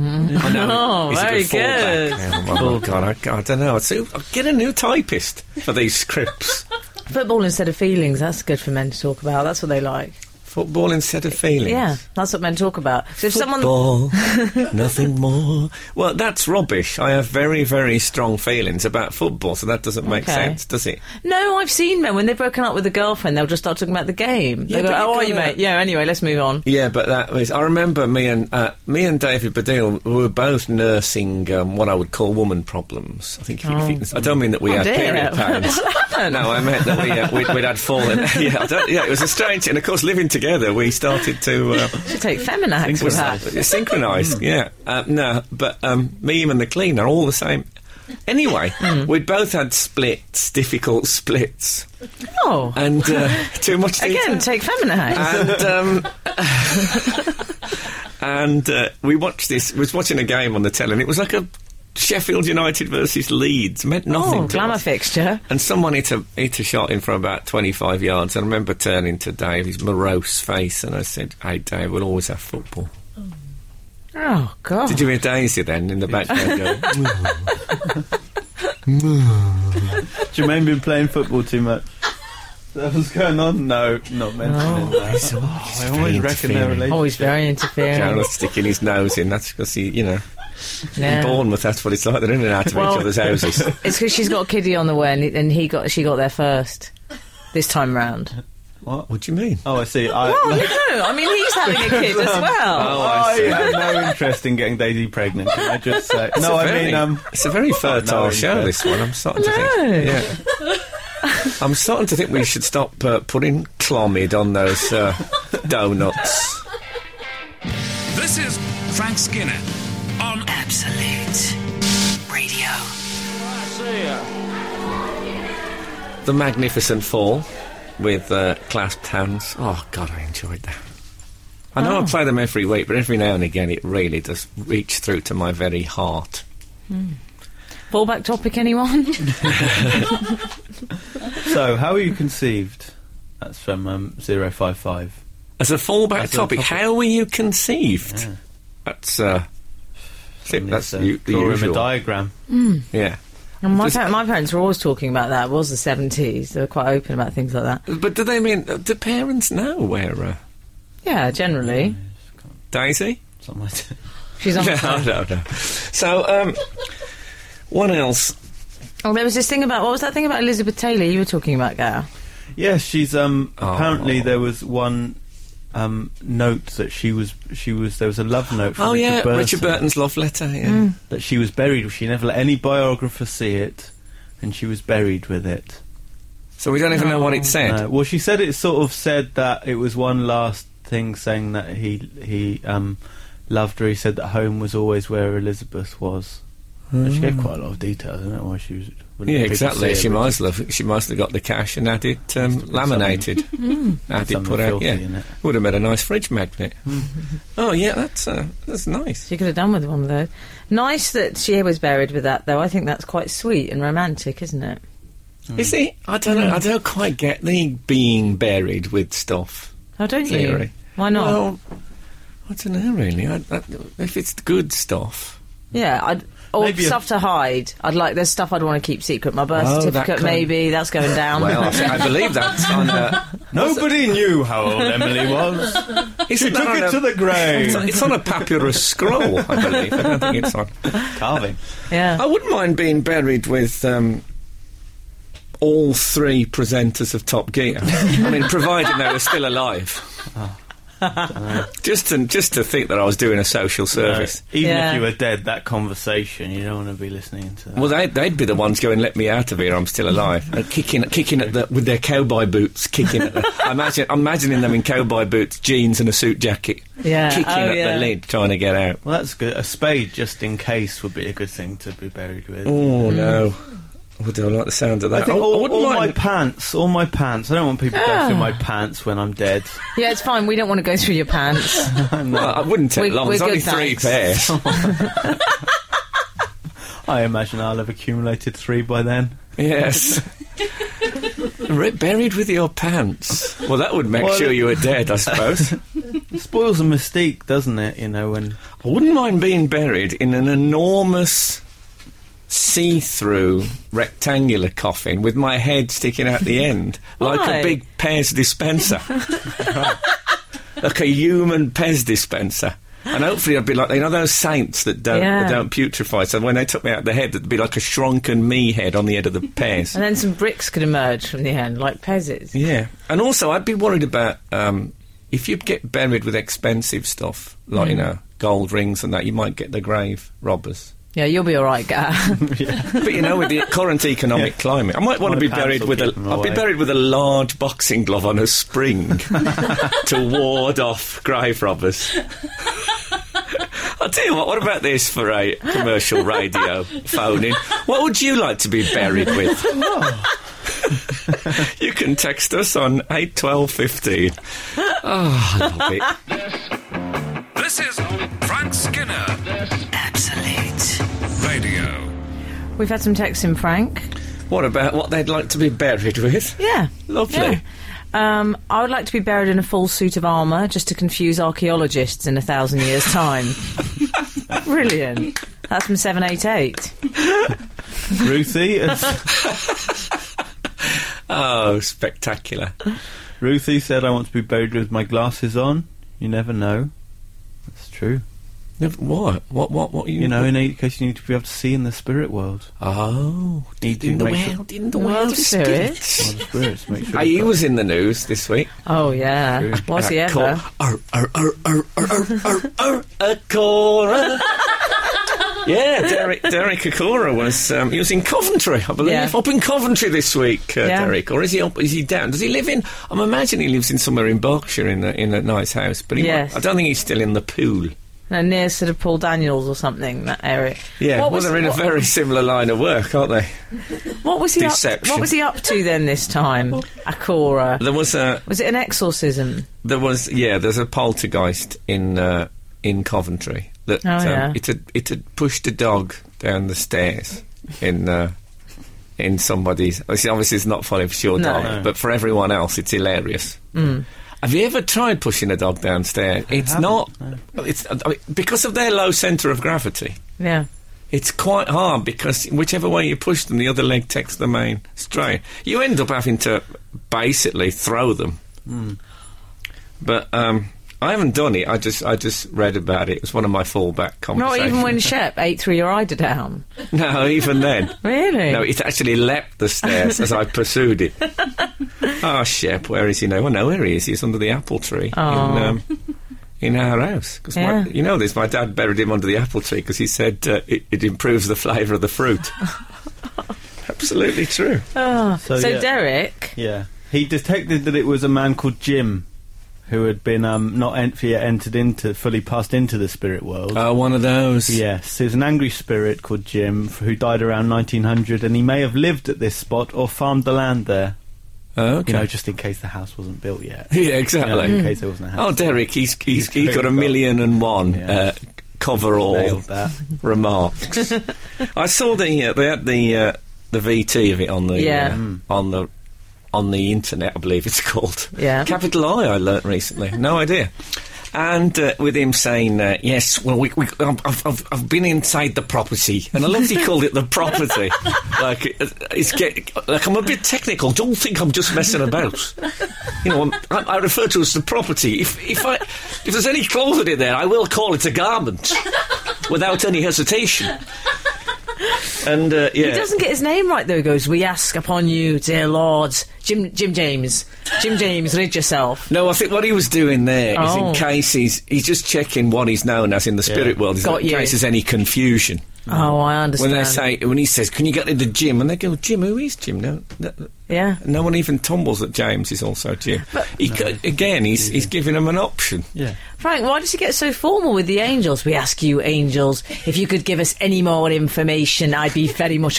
[SPEAKER 4] know.
[SPEAKER 5] *laughs* Oh,
[SPEAKER 4] he's
[SPEAKER 5] very
[SPEAKER 4] a good,
[SPEAKER 5] good.
[SPEAKER 4] fallback. Yeah, well, oh, God, I, I don't know. I'd say, I'd get a new typist for these
[SPEAKER 5] *laughs*
[SPEAKER 4] scripts.
[SPEAKER 5] Football instead of feelings, that's good for men to talk about. That's what they like.
[SPEAKER 4] Football instead of feelings.
[SPEAKER 5] Yeah, that's what men talk about. So if someone.
[SPEAKER 4] Football,
[SPEAKER 5] *laughs*
[SPEAKER 4] nothing more. Well, that's rubbish. I have very, very strong feelings about football, so that doesn't make
[SPEAKER 5] Okay.
[SPEAKER 4] sense, does it?
[SPEAKER 5] No, I've seen men, when they've broken up with a girlfriend, they'll just start talking about the game.
[SPEAKER 4] Yeah,
[SPEAKER 5] they go,
[SPEAKER 4] but you
[SPEAKER 5] oh, are
[SPEAKER 4] gotta-
[SPEAKER 5] you, mate? Yeah, anyway, let's move on.
[SPEAKER 4] Yeah, but that was. I remember me and uh, me and David Baddiel we were both nursing um, what I would call woman problems. I think. If, you- if you- I don't mean that we
[SPEAKER 5] Oh,
[SPEAKER 4] had
[SPEAKER 5] dear.
[SPEAKER 4] period pains.
[SPEAKER 5] *laughs* What happened?
[SPEAKER 4] No, I meant that we, uh, we'd, we'd had fallen. *laughs* yeah, I don't, yeah, it was a strange. And of course, living together, we started to. Uh,
[SPEAKER 5] Should take Feminax with that. Mm.
[SPEAKER 4] synchronized, yeah. Uh, no, but um, me and the cleaner all the same. Anyway,
[SPEAKER 5] Mm.
[SPEAKER 4] we'd both had splits, difficult splits,
[SPEAKER 5] Oh.
[SPEAKER 4] and
[SPEAKER 5] *laughs*
[SPEAKER 4] uh, too much. detail
[SPEAKER 5] Again, take Feminax.
[SPEAKER 4] and um, *laughs* and uh, we watched this. Was watching a game on the telly, and it was like a Sheffield United versus Leeds. Meant nothing.
[SPEAKER 5] Oh,
[SPEAKER 4] to
[SPEAKER 5] glamour
[SPEAKER 4] us.
[SPEAKER 5] fixture.
[SPEAKER 4] And someone hit a hit a shot in from about twenty five yards. I remember turning to Dave, his morose face, and I said, "Hey, Dave, we'll always have football."
[SPEAKER 5] Oh, God.
[SPEAKER 4] Did you hear Daisy then in the background? *laughs* going,
[SPEAKER 6] Jermaine been playing football too much. *laughs* That was going on. No, not mentioning that. Oh, I always reckon their relationship.
[SPEAKER 5] Always Oh,
[SPEAKER 4] *laughs*
[SPEAKER 5] very interfering.
[SPEAKER 4] Gerald sticking his nose in. That's because he, you know,
[SPEAKER 5] Yeah.
[SPEAKER 4] in Bournemouth, that's what it's like. They're in and out of
[SPEAKER 5] Well-
[SPEAKER 4] each other's
[SPEAKER 6] *laughs*
[SPEAKER 4] houses.
[SPEAKER 5] It's because she's got a kiddie on the way, and, and he got she got there first this time round.
[SPEAKER 4] what do you mean?
[SPEAKER 6] Oh, I see. I,
[SPEAKER 5] Oh no! I mean, he's having a kid as well. *laughs*
[SPEAKER 6] Oh, I, have no interest in getting Daisy pregnant. Can I just say? no,
[SPEAKER 4] It's a
[SPEAKER 6] I
[SPEAKER 4] very-
[SPEAKER 6] mean, um,
[SPEAKER 4] it's a very fertile
[SPEAKER 6] no,
[SPEAKER 4] show.
[SPEAKER 6] yeah.
[SPEAKER 4] This one, I'm starting to think. Yeah, I'm starting to think we should stop uh, putting clomid on those uh, donuts.
[SPEAKER 2] This is
[SPEAKER 1] Frank Skinner.
[SPEAKER 2] on
[SPEAKER 3] Absolute Radio.
[SPEAKER 4] The Magnificent Four with uh, clasped hands. Oh God, I enjoyed that. I
[SPEAKER 6] Oh.
[SPEAKER 4] know I play them every week, but every now and again it really does reach through to my very heart.
[SPEAKER 5] Fallback topic, anyone? *laughs*
[SPEAKER 6] so how are you conceived? That's from um, 055.
[SPEAKER 4] As a fallback
[SPEAKER 6] As a
[SPEAKER 4] topic,
[SPEAKER 6] topic.
[SPEAKER 4] how were you conceived? That's uh, I think that's
[SPEAKER 6] Draw
[SPEAKER 4] u- the
[SPEAKER 6] him a
[SPEAKER 4] usual.
[SPEAKER 6] diagram.
[SPEAKER 4] Yeah.
[SPEAKER 5] And my,
[SPEAKER 4] Just-
[SPEAKER 5] par- my parents were always talking about that. It was the seventies. They were quite open about things like that.
[SPEAKER 4] But do they mean uh, do parents know where uh,
[SPEAKER 5] Yeah, generally.
[SPEAKER 4] Daisy? *laughs*
[SPEAKER 6] Something like that.
[SPEAKER 5] She's on.
[SPEAKER 4] No, no, no. So, um, what else?
[SPEAKER 5] Oh, there was this thing about what was that thing about Elizabeth Taylor you were talking about, Gail?
[SPEAKER 6] Yeah, she's um.
[SPEAKER 4] Oh.
[SPEAKER 6] Apparently, there was one um note that she was she was there was a love note. From
[SPEAKER 4] Oh
[SPEAKER 6] Richard
[SPEAKER 4] yeah,
[SPEAKER 6] Burton
[SPEAKER 4] Richard Burton's love letter. Yeah.
[SPEAKER 6] that she was buried. She never let any biographer see it, and she was buried with it.
[SPEAKER 4] So we don't even know what it said.
[SPEAKER 6] Uh, well, she said it sort of said that it was one last thing, saying that he he um loved her. He said that home was always where Elizabeth was. And She gave quite a lot of details. I don't know why she was. wouldn't
[SPEAKER 4] Mm. Yeah,
[SPEAKER 6] people see
[SPEAKER 4] exactly.
[SPEAKER 6] it,
[SPEAKER 4] She
[SPEAKER 6] but
[SPEAKER 4] might as well have, she must have got the cash and had it um,
[SPEAKER 6] put
[SPEAKER 4] *laughs* laminated. had it
[SPEAKER 6] something
[SPEAKER 4] put out.
[SPEAKER 6] filthy
[SPEAKER 4] Yeah,
[SPEAKER 6] in it.
[SPEAKER 4] would have made a nice fridge magnet. oh yeah, that's uh, that's nice.
[SPEAKER 5] She could have done with one of those. Nice that she was buried with that, though. I think that's quite sweet and romantic, isn't it?
[SPEAKER 4] Is it? I don't know. I don't quite get the being buried with stuff
[SPEAKER 5] Oh, don't you?
[SPEAKER 4] theory.
[SPEAKER 5] Why not?
[SPEAKER 4] Well, I don't know really. I, I, if it's good stuff.
[SPEAKER 5] Yeah, I'd, or
[SPEAKER 6] Maybe a-
[SPEAKER 5] stuff to hide. I'd like there's stuff I'd want to keep secret. My birth
[SPEAKER 4] Oh, that
[SPEAKER 5] certificate,
[SPEAKER 4] kind-
[SPEAKER 5] maybe that's going down.
[SPEAKER 4] Well, I, think- I believe that's on. Uh,
[SPEAKER 6] *laughs* Nobody knew how old *laughs* Emily was.
[SPEAKER 4] isn't
[SPEAKER 6] she
[SPEAKER 4] that
[SPEAKER 6] took
[SPEAKER 4] on
[SPEAKER 6] it
[SPEAKER 4] a-
[SPEAKER 6] to the grave.
[SPEAKER 4] It's on, it's on a papyrus scroll, I believe. I don't think it's on.
[SPEAKER 6] Carving.
[SPEAKER 5] *laughs* yeah,
[SPEAKER 4] I wouldn't mind being buried with um, all three presenters of Top Gear. I mean, providing they were still
[SPEAKER 6] *laughs*
[SPEAKER 4] alive. just to just to think that I was doing a social service.
[SPEAKER 6] Even
[SPEAKER 5] Yeah.
[SPEAKER 6] if you were dead, that conversation you don't want to be listening to. That.
[SPEAKER 4] Well, they, they'd be the ones going, "Let me out of here! I'm still alive." And kicking, kicking at the with their cowboy boots, kicking. At
[SPEAKER 5] *laughs*
[SPEAKER 4] the, I imagine, I'm imagining them in cowboy boots, jeans, and a suit jacket,
[SPEAKER 5] Yeah.
[SPEAKER 4] kicking
[SPEAKER 5] Oh,
[SPEAKER 4] at
[SPEAKER 5] yeah.
[SPEAKER 4] the lid, trying to get out.
[SPEAKER 6] Well, that's good. A spade, just in case, would be a good thing to be buried with.
[SPEAKER 5] Mm.
[SPEAKER 4] Oh no. Oh, do I like the sound of that?
[SPEAKER 6] I think
[SPEAKER 4] Oh,
[SPEAKER 6] all,
[SPEAKER 4] wouldn't
[SPEAKER 6] all
[SPEAKER 4] mind-
[SPEAKER 6] my pants, all my pants. I don't want people going through my pants when I'm dead.
[SPEAKER 5] yeah, it's fine. We don't want to go through your pants.
[SPEAKER 4] Well, I wouldn't take
[SPEAKER 5] We-
[SPEAKER 4] long.
[SPEAKER 5] we're
[SPEAKER 4] There's only
[SPEAKER 5] good,
[SPEAKER 4] three
[SPEAKER 5] thanks. *laughs*
[SPEAKER 4] pairs.
[SPEAKER 6] I imagine I'll have accumulated three by then.
[SPEAKER 5] *laughs*
[SPEAKER 4] yes. Ri buried with your pants. Well, that would make
[SPEAKER 6] Well-
[SPEAKER 5] *laughs*
[SPEAKER 4] sure you were dead, I suppose.
[SPEAKER 6] spoils the mystique, doesn't it? You know when
[SPEAKER 4] I wouldn't mind being buried in an enormous see-through rectangular coffin with my head sticking out the end like
[SPEAKER 5] Why?
[SPEAKER 4] a big Pez
[SPEAKER 5] *laughs*
[SPEAKER 4] dispenser. like a human Pez dispenser. And hopefully I'd be like, you know those saints that don't,
[SPEAKER 5] Yeah.
[SPEAKER 4] that don't putrefy. So when they took me out the head, it'd be like a shrunken me head on the head of the Pez.
[SPEAKER 5] *laughs* And then some bricks could emerge from the end, like pezzes.
[SPEAKER 4] Yeah, and also I'd be worried about um, if you get buried with expensive stuff, like
[SPEAKER 5] Mm.
[SPEAKER 4] you know gold rings and that. You might get the grave robbers.
[SPEAKER 5] Yeah, you'll be all right, Gar.
[SPEAKER 4] But you know, with the current economic
[SPEAKER 6] Yeah.
[SPEAKER 4] climate, I might want to
[SPEAKER 6] Well,
[SPEAKER 4] be
[SPEAKER 6] the pants
[SPEAKER 4] buried
[SPEAKER 6] will
[SPEAKER 4] with
[SPEAKER 6] keep
[SPEAKER 4] a.
[SPEAKER 6] them
[SPEAKER 4] I'll be
[SPEAKER 6] away.
[SPEAKER 4] buried with a large boxing glove on a spring to ward off grave robbers. I'll tell you what. What about this for a commercial radio phone-in? What would you like to be buried with? you can text us on eight twelve fifteen. Oh, I love it.
[SPEAKER 2] This is Frank Skinner
[SPEAKER 3] Absolute.
[SPEAKER 2] Radio.
[SPEAKER 5] We've had some texts in, Frank.
[SPEAKER 4] What about what they'd like to be buried with?
[SPEAKER 5] Yeah.
[SPEAKER 4] Lovely.
[SPEAKER 5] Yeah. Um, I would like to be buried in a full suit of armour just to confuse archaeologists in a thousand years' time. Brilliant. That's from 788.
[SPEAKER 6] Ruthie, has-
[SPEAKER 4] Oh, spectacular.
[SPEAKER 6] Ruthie said, "I want to be buried with my glasses on." You never know. That's true.
[SPEAKER 4] Never- What? What? What? What?
[SPEAKER 6] You know, in any case, you need to be able to see in the spirit world.
[SPEAKER 4] Oh,
[SPEAKER 6] Need to
[SPEAKER 4] in the
[SPEAKER 6] make sure-
[SPEAKER 4] world, in the
[SPEAKER 5] The
[SPEAKER 4] world
[SPEAKER 5] world
[SPEAKER 4] of
[SPEAKER 5] of spirits.
[SPEAKER 4] spirits.
[SPEAKER 6] Well, the spirits make
[SPEAKER 4] *laughs*
[SPEAKER 6] sure.
[SPEAKER 4] Ah, he was in the news this week.
[SPEAKER 5] Oh, yeah. Was he
[SPEAKER 4] A cor-
[SPEAKER 5] ever?
[SPEAKER 4] Arr, arr, arr, arr, arr, arr, arr, a Cora. Yeah, Derek, Derek Akora was um, he was in Coventry, I believe,
[SPEAKER 5] Yeah.
[SPEAKER 4] up in Coventry this week, uh,
[SPEAKER 5] Yeah.
[SPEAKER 4] Derek. Or is he up, is he down? Does he live in? I'm imagining he lives in somewhere in Berkshire in a, in a nice house, but he might-
[SPEAKER 5] Yes.
[SPEAKER 4] I don't think he's still in the pool.
[SPEAKER 5] No, near sort of Paul Daniels or something, that area.
[SPEAKER 4] Yeah,
[SPEAKER 5] What
[SPEAKER 4] well,
[SPEAKER 5] was,
[SPEAKER 4] they're in a
[SPEAKER 5] what-
[SPEAKER 4] very similar line of work, aren't they?
[SPEAKER 5] what was he Up,
[SPEAKER 4] deception.
[SPEAKER 5] what was he up to then
[SPEAKER 4] *laughs*
[SPEAKER 5] this time? Akora.
[SPEAKER 4] There was a
[SPEAKER 5] Was it an exorcism?
[SPEAKER 4] There was yeah. There's a poltergeist in uh, in Coventry that um,
[SPEAKER 5] Oh, yeah.
[SPEAKER 4] it had it had pushed a dog down the stairs in uh, in somebody's. This obviously it's not funny for sure,
[SPEAKER 5] No. Mm.
[SPEAKER 4] dog,
[SPEAKER 5] No.
[SPEAKER 4] but for everyone else, it's hilarious. Have you ever tried pushing a dog downstairs? It's not. It's I mean, because of their low centre of gravity.
[SPEAKER 5] Yeah.
[SPEAKER 4] It's quite hard because whichever way you push them, the other leg takes the main strain. You end up having to basically throw them. But um, I haven't done it. I just I just read about it. It was one of my fallback
[SPEAKER 5] Not
[SPEAKER 4] conversations.
[SPEAKER 5] even when Shep ate through your eider down.
[SPEAKER 4] *laughs* no, even then.
[SPEAKER 5] Really?
[SPEAKER 4] No, it actually leapt the stairs as I pursued it. Ah, Shep, where is he now? I know where he is. He's under the apple tree in,
[SPEAKER 5] Aw.
[SPEAKER 4] um, in our house. 'Cause my-
[SPEAKER 5] Yeah.
[SPEAKER 4] you know this, my dad buried him under the apple tree because he said uh, it, it improves the flavour of the fruit. Absolutely true.
[SPEAKER 6] So,
[SPEAKER 5] so
[SPEAKER 6] yeah.
[SPEAKER 5] Derek,
[SPEAKER 6] Yeah, he detected that it was a man called Jim, who had been um, not ent- yet entered into, fully passed into the spirit world.
[SPEAKER 4] Uh, one of those.
[SPEAKER 6] Yes, there's an angry spirit called Jim f- who died around 1900, and he may have lived at this spot or farmed the land there.
[SPEAKER 4] Oh, okay.
[SPEAKER 6] You know, just in case the house wasn't built *laughs* yet.
[SPEAKER 4] yeah,
[SPEAKER 6] You know, in
[SPEAKER 4] exactly.
[SPEAKER 6] case there wasn't a
[SPEAKER 4] Oh,
[SPEAKER 6] house.
[SPEAKER 4] Derek, he's, he's,
[SPEAKER 6] He's
[SPEAKER 4] he's got a
[SPEAKER 6] very
[SPEAKER 4] million and one uh,
[SPEAKER 6] Yeah.
[SPEAKER 4] cover all
[SPEAKER 6] Nailed that.
[SPEAKER 5] *laughs*
[SPEAKER 4] remarks. I saw the uh, they had the uh, the VT of it on the
[SPEAKER 5] Yeah. Mm.
[SPEAKER 4] uh, on the on the internet, I believe it's *laughs* called.
[SPEAKER 5] Yeah.
[SPEAKER 4] Capital I. I learnt recently. No idea. And uh, with him saying, uh, "Yes, well, we, we, I've, I've, I've been inside the property," and I loved he called it the
[SPEAKER 5] *laughs*
[SPEAKER 4] property. like uh, it's get, like I'm a bit technical. Don't think I'm just messing about. You know, I'm, I, I refer to it as the property. If if I if there's any clothing in there, I will call it a garment without any hesitation. And uh, yeah,
[SPEAKER 5] he doesn't get his name right though. He goes, "We ask upon you, dear Lord, Jim Jim James, Jim James, rid yourself."
[SPEAKER 4] No, I think what he was doing there is
[SPEAKER 5] Oh.
[SPEAKER 4] in case he's he's just checking what he's known as in the spirit world, is
[SPEAKER 5] Got
[SPEAKER 4] in
[SPEAKER 5] you.
[SPEAKER 4] case there's any confusion.
[SPEAKER 5] Oh, I
[SPEAKER 4] Mm.
[SPEAKER 5] understand.
[SPEAKER 4] When they say when he says, "Can you get to the gym?" and they go, "Jim, who is Jim?" No, no,
[SPEAKER 5] yeah,
[SPEAKER 4] no one even tumbles that James is also Jim. he, co- again, he's he's giving them an option.
[SPEAKER 6] *laughs* Yeah.
[SPEAKER 5] Frank, why does he get so formal with the angels? We ask you, angels, if you could give us any more information, I'd be very much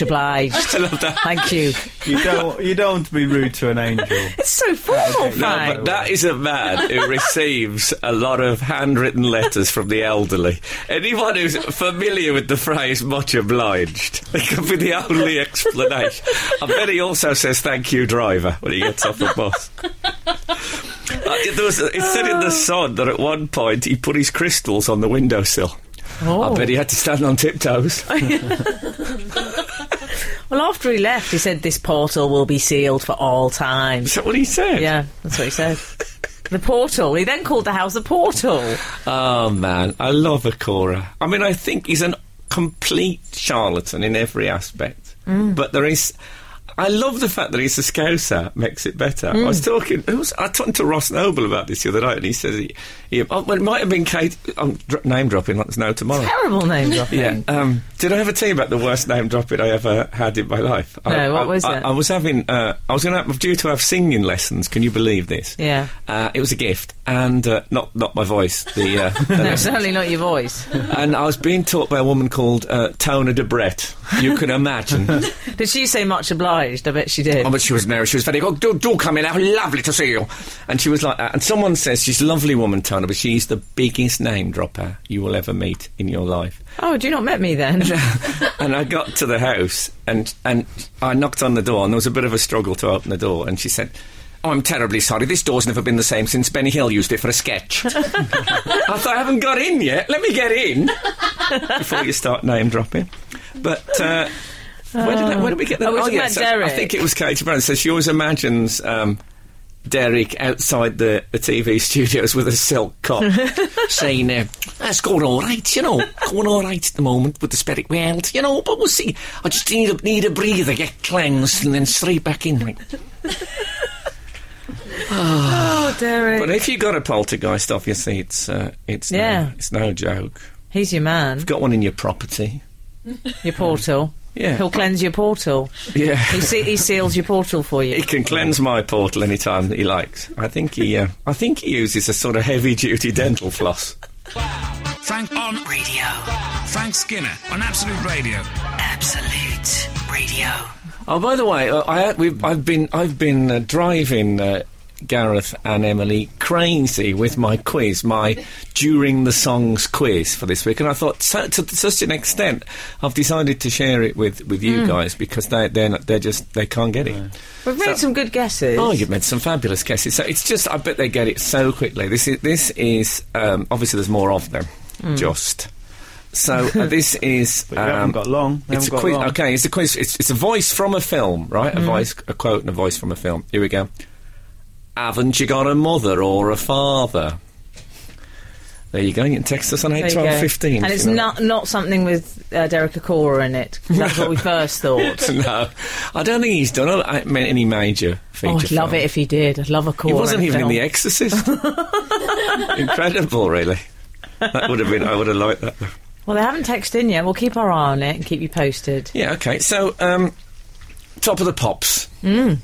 [SPEAKER 4] *laughs*
[SPEAKER 5] obliged.
[SPEAKER 4] I love that.
[SPEAKER 5] Thank you.
[SPEAKER 6] You don't, you don't want to be rude to an angel.
[SPEAKER 5] It's so formal,
[SPEAKER 4] No,
[SPEAKER 5] Frank.
[SPEAKER 4] but that is a man who receives a lot of handwritten letters from the elderly. Anyone who's familiar with the phrase "much obliged" *laughs* it could be the only explanation. I bet he also says "thank you, driver" when he gets off the bus. Uh, it, there was, it said in the sod that at one point he put his crystals on the windowsill. I
[SPEAKER 5] Oh.
[SPEAKER 4] bet he had to stand on tiptoes. *laughs*
[SPEAKER 5] Well, after he left, he said this portal will be sealed for
[SPEAKER 4] *laughs*
[SPEAKER 5] all time.
[SPEAKER 4] Is that what he said?
[SPEAKER 5] Yeah, that's what he said. the portal. He then called the house a portal.
[SPEAKER 4] Oh man, I love Akora. I mean, I think he's a complete charlatan in every aspect. But there is, I love the fact that he's a Scouser makes it better. I was talking, who was, I talked to Ross Noble about this the other night, and he says he, he oh, well, it might have been Kate. I'm dr- name dropping like there's no tomorrow.
[SPEAKER 5] Terrible
[SPEAKER 4] *laughs*
[SPEAKER 5] name dropping.
[SPEAKER 4] Yeah. Um, did I ever tell you about the worst name dropping I ever had in my life? I,
[SPEAKER 5] No, what
[SPEAKER 4] I-
[SPEAKER 5] was
[SPEAKER 4] I,
[SPEAKER 5] it?
[SPEAKER 4] I was having. Uh, I was going to. I'm due to have singing lessons. Can you believe this?
[SPEAKER 5] Yeah.
[SPEAKER 4] Uh, it was a gift, and uh, not not my voice. The,
[SPEAKER 5] *laughs*
[SPEAKER 4] uh, the
[SPEAKER 5] No,
[SPEAKER 4] lessons.
[SPEAKER 5] certainly not your voice.
[SPEAKER 4] and I was being taught by a woman called uh, Tona de Brett. You can
[SPEAKER 5] *laughs*
[SPEAKER 4] imagine. oh,
[SPEAKER 5] Did she say much obliged? I bet she did.
[SPEAKER 4] but she was there. She was very. Oh, do, do come in. How lovely to see you. And she was like that. And someone says she's a lovely woman, Tona, but she's the biggest name dropper you will ever meet in your life.
[SPEAKER 5] Oh, do you not met
[SPEAKER 4] *laughs*
[SPEAKER 5] me then?
[SPEAKER 4] and I got to the house and and I knocked on the door and there was a bit of a struggle to open the door and she said. Oh, I'm terribly sorry. This door's never been the same since Benny Hill used it for a sketch. I thought I haven't got in yet. Let me get in
[SPEAKER 5] *laughs*
[SPEAKER 4] before you start name dropping. But uh, where, did that, where did we get that?
[SPEAKER 5] Oh, we're talking
[SPEAKER 4] yeah,
[SPEAKER 5] about
[SPEAKER 4] so I
[SPEAKER 5] Derek.
[SPEAKER 4] think it was Katie Brown. So she always imagines um, Derek outside the, the TV studios with a silk cop,
[SPEAKER 5] *laughs*
[SPEAKER 4] saying, uh, "That's going all right, you know, going all right at the moment with the spirit world, you know." But we'll see. I just need a, need a breather, get cleansed, and then straight back in. Like.
[SPEAKER 5] oh, Derek.
[SPEAKER 4] But if you got a poltergeist, obviously it's uh, it's
[SPEAKER 5] Yeah.
[SPEAKER 4] no, it's no joke.
[SPEAKER 5] He's your man.
[SPEAKER 4] Got one in your property.
[SPEAKER 5] Your portal.
[SPEAKER 4] Yeah.
[SPEAKER 5] He'll cleanse your portal.
[SPEAKER 4] Yeah.
[SPEAKER 5] He, se- he seals your portal for
[SPEAKER 4] He
[SPEAKER 5] you.
[SPEAKER 4] can cleanse my portal any time that he likes. I think he, uh, I think he uses a sort of heavy-duty dental floss.
[SPEAKER 1] Frank on
[SPEAKER 3] Radio.
[SPEAKER 1] Frank Skinner on Absolute Radio.
[SPEAKER 3] Absolute Radio.
[SPEAKER 4] Oh, by the way, uh, I, we've, I've been, I've been uh, driving uh, Gareth and Emily crazy with my quiz, my during the songs quiz for this week, and I thought so, to, such an extent, I've decided to share it with, with you guys because they they're not, they're just they can't get it.
[SPEAKER 5] We've made some good guesses.
[SPEAKER 4] Oh, you've made some fabulous guesses. So it's just, I bet they get it so quickly. This is, this is um, obviously there's more of them. Just. So uh, this is.
[SPEAKER 6] *laughs*
[SPEAKER 4] um,
[SPEAKER 6] But you haven't got long. You
[SPEAKER 4] It's a
[SPEAKER 6] haven't got
[SPEAKER 4] quiz.
[SPEAKER 6] long.
[SPEAKER 4] Okay, it's a quiz. It's, it's a voice from a film, right? A voice, a quote, and a voice from a film. Here we go. Haven't you got a mother or a father? There you go. You can text us on
[SPEAKER 5] There
[SPEAKER 4] eight
[SPEAKER 5] you go.
[SPEAKER 4] twelve fifteen.
[SPEAKER 5] And
[SPEAKER 4] if
[SPEAKER 5] it's
[SPEAKER 4] you know.
[SPEAKER 5] not not something with uh, Derek Acora in it. 'cause That's what we first thought.
[SPEAKER 4] *laughs* no, I don't think he's done a- I mean, any major feature.
[SPEAKER 5] Oh, I'd love
[SPEAKER 4] film.
[SPEAKER 5] it if he did. I'd love Acora.
[SPEAKER 4] He wasn't
[SPEAKER 5] in a
[SPEAKER 4] even in
[SPEAKER 5] film.
[SPEAKER 4] The Exorcist. *laughs* Incredible, really. That would have been. I would have liked that.
[SPEAKER 5] Well, they haven't texted in yet. We'll keep our eye on it and keep you posted.
[SPEAKER 4] Yeah. Okay. So, um, top of the pops. Mm.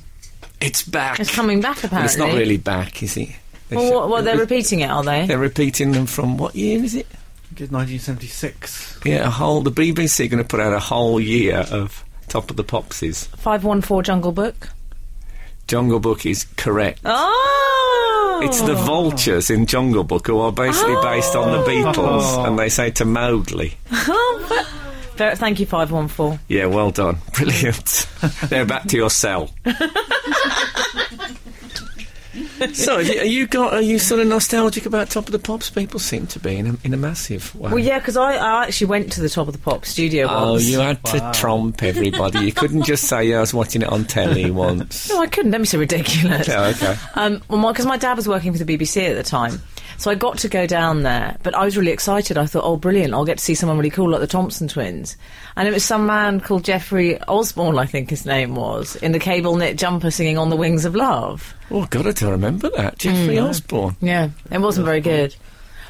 [SPEAKER 4] It's back.
[SPEAKER 5] It's coming back
[SPEAKER 4] But
[SPEAKER 5] apparently.
[SPEAKER 4] it's not really back, is it? They
[SPEAKER 5] Well,
[SPEAKER 4] should-
[SPEAKER 5] what, what, they're repeating it, are they?
[SPEAKER 4] They're repeating them from what year is it?
[SPEAKER 6] It's 1976.
[SPEAKER 4] Yeah, a whole. The BBC are going to put out a whole year of Top of the Popses.
[SPEAKER 5] Five one four Jungle Book.
[SPEAKER 4] Jungle Book is correct.
[SPEAKER 5] Oh,
[SPEAKER 4] It's the vultures in Jungle Book who are basically based on the Beatles,
[SPEAKER 6] Oh.
[SPEAKER 4] and they say to Mowgli,
[SPEAKER 5] Ver- thank you, five one four.
[SPEAKER 4] "Yeah, well done, brilliant." Now back to your cell. so, have you, are you got? Are you sort of nostalgic about Top of the Pops? People seem to be in a, in a massive way.
[SPEAKER 5] Well, yeah, because I, I actually went to the top of the pop studio
[SPEAKER 4] Oh,
[SPEAKER 5] once.
[SPEAKER 4] you had to tromp everybody. You couldn't just say I was watching it on
[SPEAKER 5] *laughs*
[SPEAKER 4] telly once.
[SPEAKER 5] No, I couldn't. Don't be so ridiculous.
[SPEAKER 4] Yeah, okay.
[SPEAKER 5] Um, well, because my, dad was working for the BBC at the time, so I got to go down there. But I was really excited. I thought, oh, brilliant! I'll get to see someone really cool like the Thompson twins. And it was some man called Jeffrey Osborne, I think his name was, in the cable knit jumper singing "On the Wings of Love."
[SPEAKER 4] Oh God, I don't remember
[SPEAKER 5] Mm.
[SPEAKER 4] that. Jeffrey Osborne.
[SPEAKER 5] Yeah, it wasn't very good.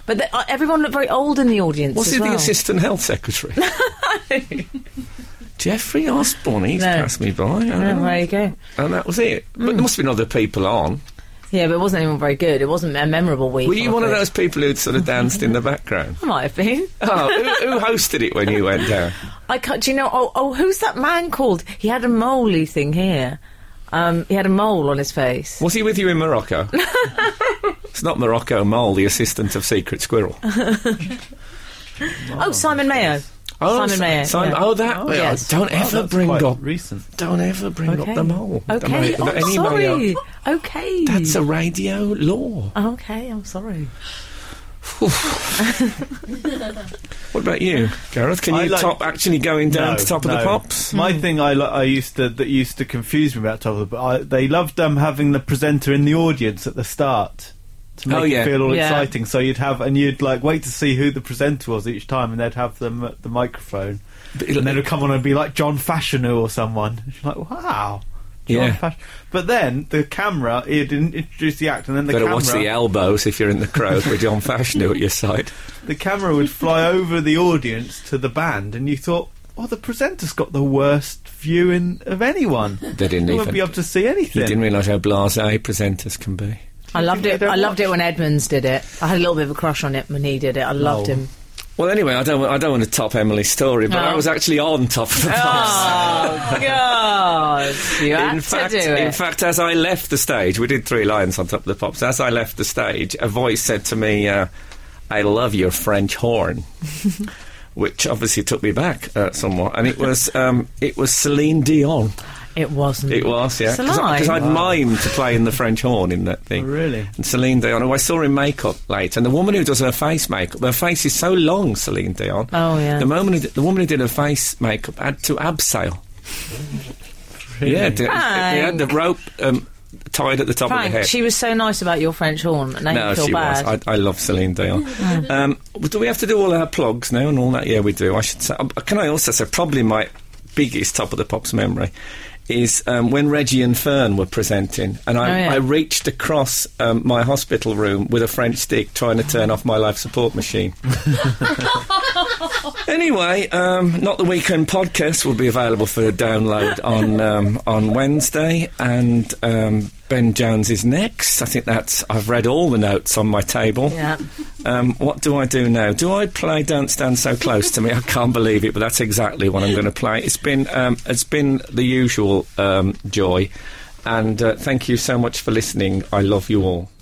[SPEAKER 5] But the, uh, everyone looked very old in the audience.
[SPEAKER 4] Was
[SPEAKER 5] as
[SPEAKER 4] he
[SPEAKER 5] well.
[SPEAKER 4] the assistant health
[SPEAKER 5] *laughs*
[SPEAKER 4] secretary? Jeffrey Osborne, he's
[SPEAKER 5] No.
[SPEAKER 4] passed me by.
[SPEAKER 5] Yeah,
[SPEAKER 4] Oh,
[SPEAKER 5] there you go.
[SPEAKER 4] and that was it. But there must have been other people on.
[SPEAKER 5] Yeah, but it wasn't anyone very good. It wasn't a memorable week.
[SPEAKER 4] Were you
[SPEAKER 5] I'm
[SPEAKER 4] one of
[SPEAKER 5] afraid.
[SPEAKER 4] those people who'd sort of danced in the
[SPEAKER 5] *laughs*
[SPEAKER 4] background?
[SPEAKER 5] I might have been.
[SPEAKER 4] Oh, who, who hosted it when you went down?
[SPEAKER 5] I can't. Do you know? Oh, oh, who's that man called? He had a moly thing here. Um, he had a mole on his face.
[SPEAKER 4] Was he with you in
[SPEAKER 5] *laughs*
[SPEAKER 4] Morocco? it's not Morocco Mole, the assistant of Secret Squirrel.
[SPEAKER 5] oh, Simon Mayo.
[SPEAKER 4] Oh,
[SPEAKER 5] Simon
[SPEAKER 4] Si-
[SPEAKER 5] Mayer,
[SPEAKER 4] Simon-
[SPEAKER 5] yeah.
[SPEAKER 4] oh, that.
[SPEAKER 5] Oh, yes.
[SPEAKER 4] Don't
[SPEAKER 6] Oh,
[SPEAKER 4] ever
[SPEAKER 6] that's
[SPEAKER 4] bring
[SPEAKER 6] quite
[SPEAKER 4] up.
[SPEAKER 6] recent.
[SPEAKER 4] Don't ever bring
[SPEAKER 5] Okay.
[SPEAKER 4] up the mole.
[SPEAKER 5] Okay.
[SPEAKER 4] Don't
[SPEAKER 5] I'm
[SPEAKER 4] make any mole
[SPEAKER 5] sorry.
[SPEAKER 4] up.
[SPEAKER 5] Okay.
[SPEAKER 4] That's a radio law.
[SPEAKER 5] Okay, I'm sorry.
[SPEAKER 4] What about you, Gareth? Can
[SPEAKER 6] I
[SPEAKER 4] you
[SPEAKER 6] like-
[SPEAKER 4] top actually going down
[SPEAKER 6] No,
[SPEAKER 4] to top of
[SPEAKER 6] no.
[SPEAKER 4] the pops? Hmm.
[SPEAKER 6] My thing I, li- I used to that used to confuse me about top of the but I, they loved um, having the presenter in the audience at the start to make
[SPEAKER 4] Oh, yeah.
[SPEAKER 6] it feel all
[SPEAKER 5] Yeah.
[SPEAKER 6] exciting. So you'd have and you'd like wait to see who the presenter was each time, and they'd have them at the microphone,
[SPEAKER 4] it'll-
[SPEAKER 6] and then it'd come on and be like John Fashanu or someone. It's like wow. John
[SPEAKER 4] Yeah.
[SPEAKER 6] Fash- But then the camera, he didn't introduce the act, and then the
[SPEAKER 4] Better
[SPEAKER 6] camera,
[SPEAKER 4] watch the elbows if you're in the crowd with John Fashnu at your
[SPEAKER 6] *laughs*
[SPEAKER 4] side.
[SPEAKER 6] the camera would fly over the audience to the band, and you thought, "Oh, the presenter's got the worst view in of anyone.
[SPEAKER 4] They didn't
[SPEAKER 6] They
[SPEAKER 4] even-
[SPEAKER 6] won't be able to see anything."
[SPEAKER 4] You didn't realise how blasé presenters can be.
[SPEAKER 5] I loved
[SPEAKER 6] think
[SPEAKER 5] it.
[SPEAKER 6] they don't
[SPEAKER 5] I loved it
[SPEAKER 6] watch?
[SPEAKER 5] when Edmonds did it. I had a little bit of a crush on it when he did it. I loved
[SPEAKER 6] No.
[SPEAKER 5] him.
[SPEAKER 4] Well, anyway, I don't. I don't want to top Emily's story, but
[SPEAKER 5] No.
[SPEAKER 4] I was actually on top
[SPEAKER 5] *laughs*
[SPEAKER 4] of the pops. *laughs*
[SPEAKER 5] Oh God! You had
[SPEAKER 4] in
[SPEAKER 5] to
[SPEAKER 4] fact,
[SPEAKER 5] do it.
[SPEAKER 4] in fact, as I left the stage, we did three lines on top of the pops. As I left the stage, a voice said to me, uh, "I love your French
[SPEAKER 5] *laughs*
[SPEAKER 4] horn," which obviously took me back uh, somewhat. And it was um, it was Celine Dion.
[SPEAKER 5] it wasn't.
[SPEAKER 4] It was, yeah.
[SPEAKER 5] Celine.
[SPEAKER 4] Because I'd mimed to play in the French horn in that thing.
[SPEAKER 6] Oh, really?
[SPEAKER 4] And Celine Dion, who I saw in makeup later, and the woman who does her face makeup, her face is so long, Celine Dion.
[SPEAKER 5] Oh, yeah.
[SPEAKER 4] The, moment who did- the woman who did her face makeup had to abseil. Yeah, they, they had the rope um, tied at the top of
[SPEAKER 5] Frank,
[SPEAKER 4] the head.
[SPEAKER 5] she was so nice about your French horn. Now
[SPEAKER 4] no,
[SPEAKER 5] you feel
[SPEAKER 4] she
[SPEAKER 5] bad.
[SPEAKER 4] was. I, I love Celine
[SPEAKER 5] *laughs*
[SPEAKER 4] Dion. um, well, do we have to do all our plugs now and all that? Yeah, we do. I should say. uh, Can I also say probably my biggest top of the pops memory is um, when Reggie and Fern were presenting, and I,
[SPEAKER 5] Oh, yeah.
[SPEAKER 4] I reached across um, my hospital room with a French stick trying to turn off my life support
[SPEAKER 5] *laughs*
[SPEAKER 4] machine. Anyway, um, not the weekend podcast will be available for
[SPEAKER 5] *laughs*
[SPEAKER 4] download on um, on Wednesday, and um, Ben Jones is next. I think that's I've read all the notes on my table.
[SPEAKER 5] Yeah.
[SPEAKER 4] Um, what do I do now? Do I play "Don't Stand So Close to Me"? I can't believe it, but that's exactly what I'm going to play. It's been um, it's been the usual um, joy, and uh, thank you so much for listening. I love you all.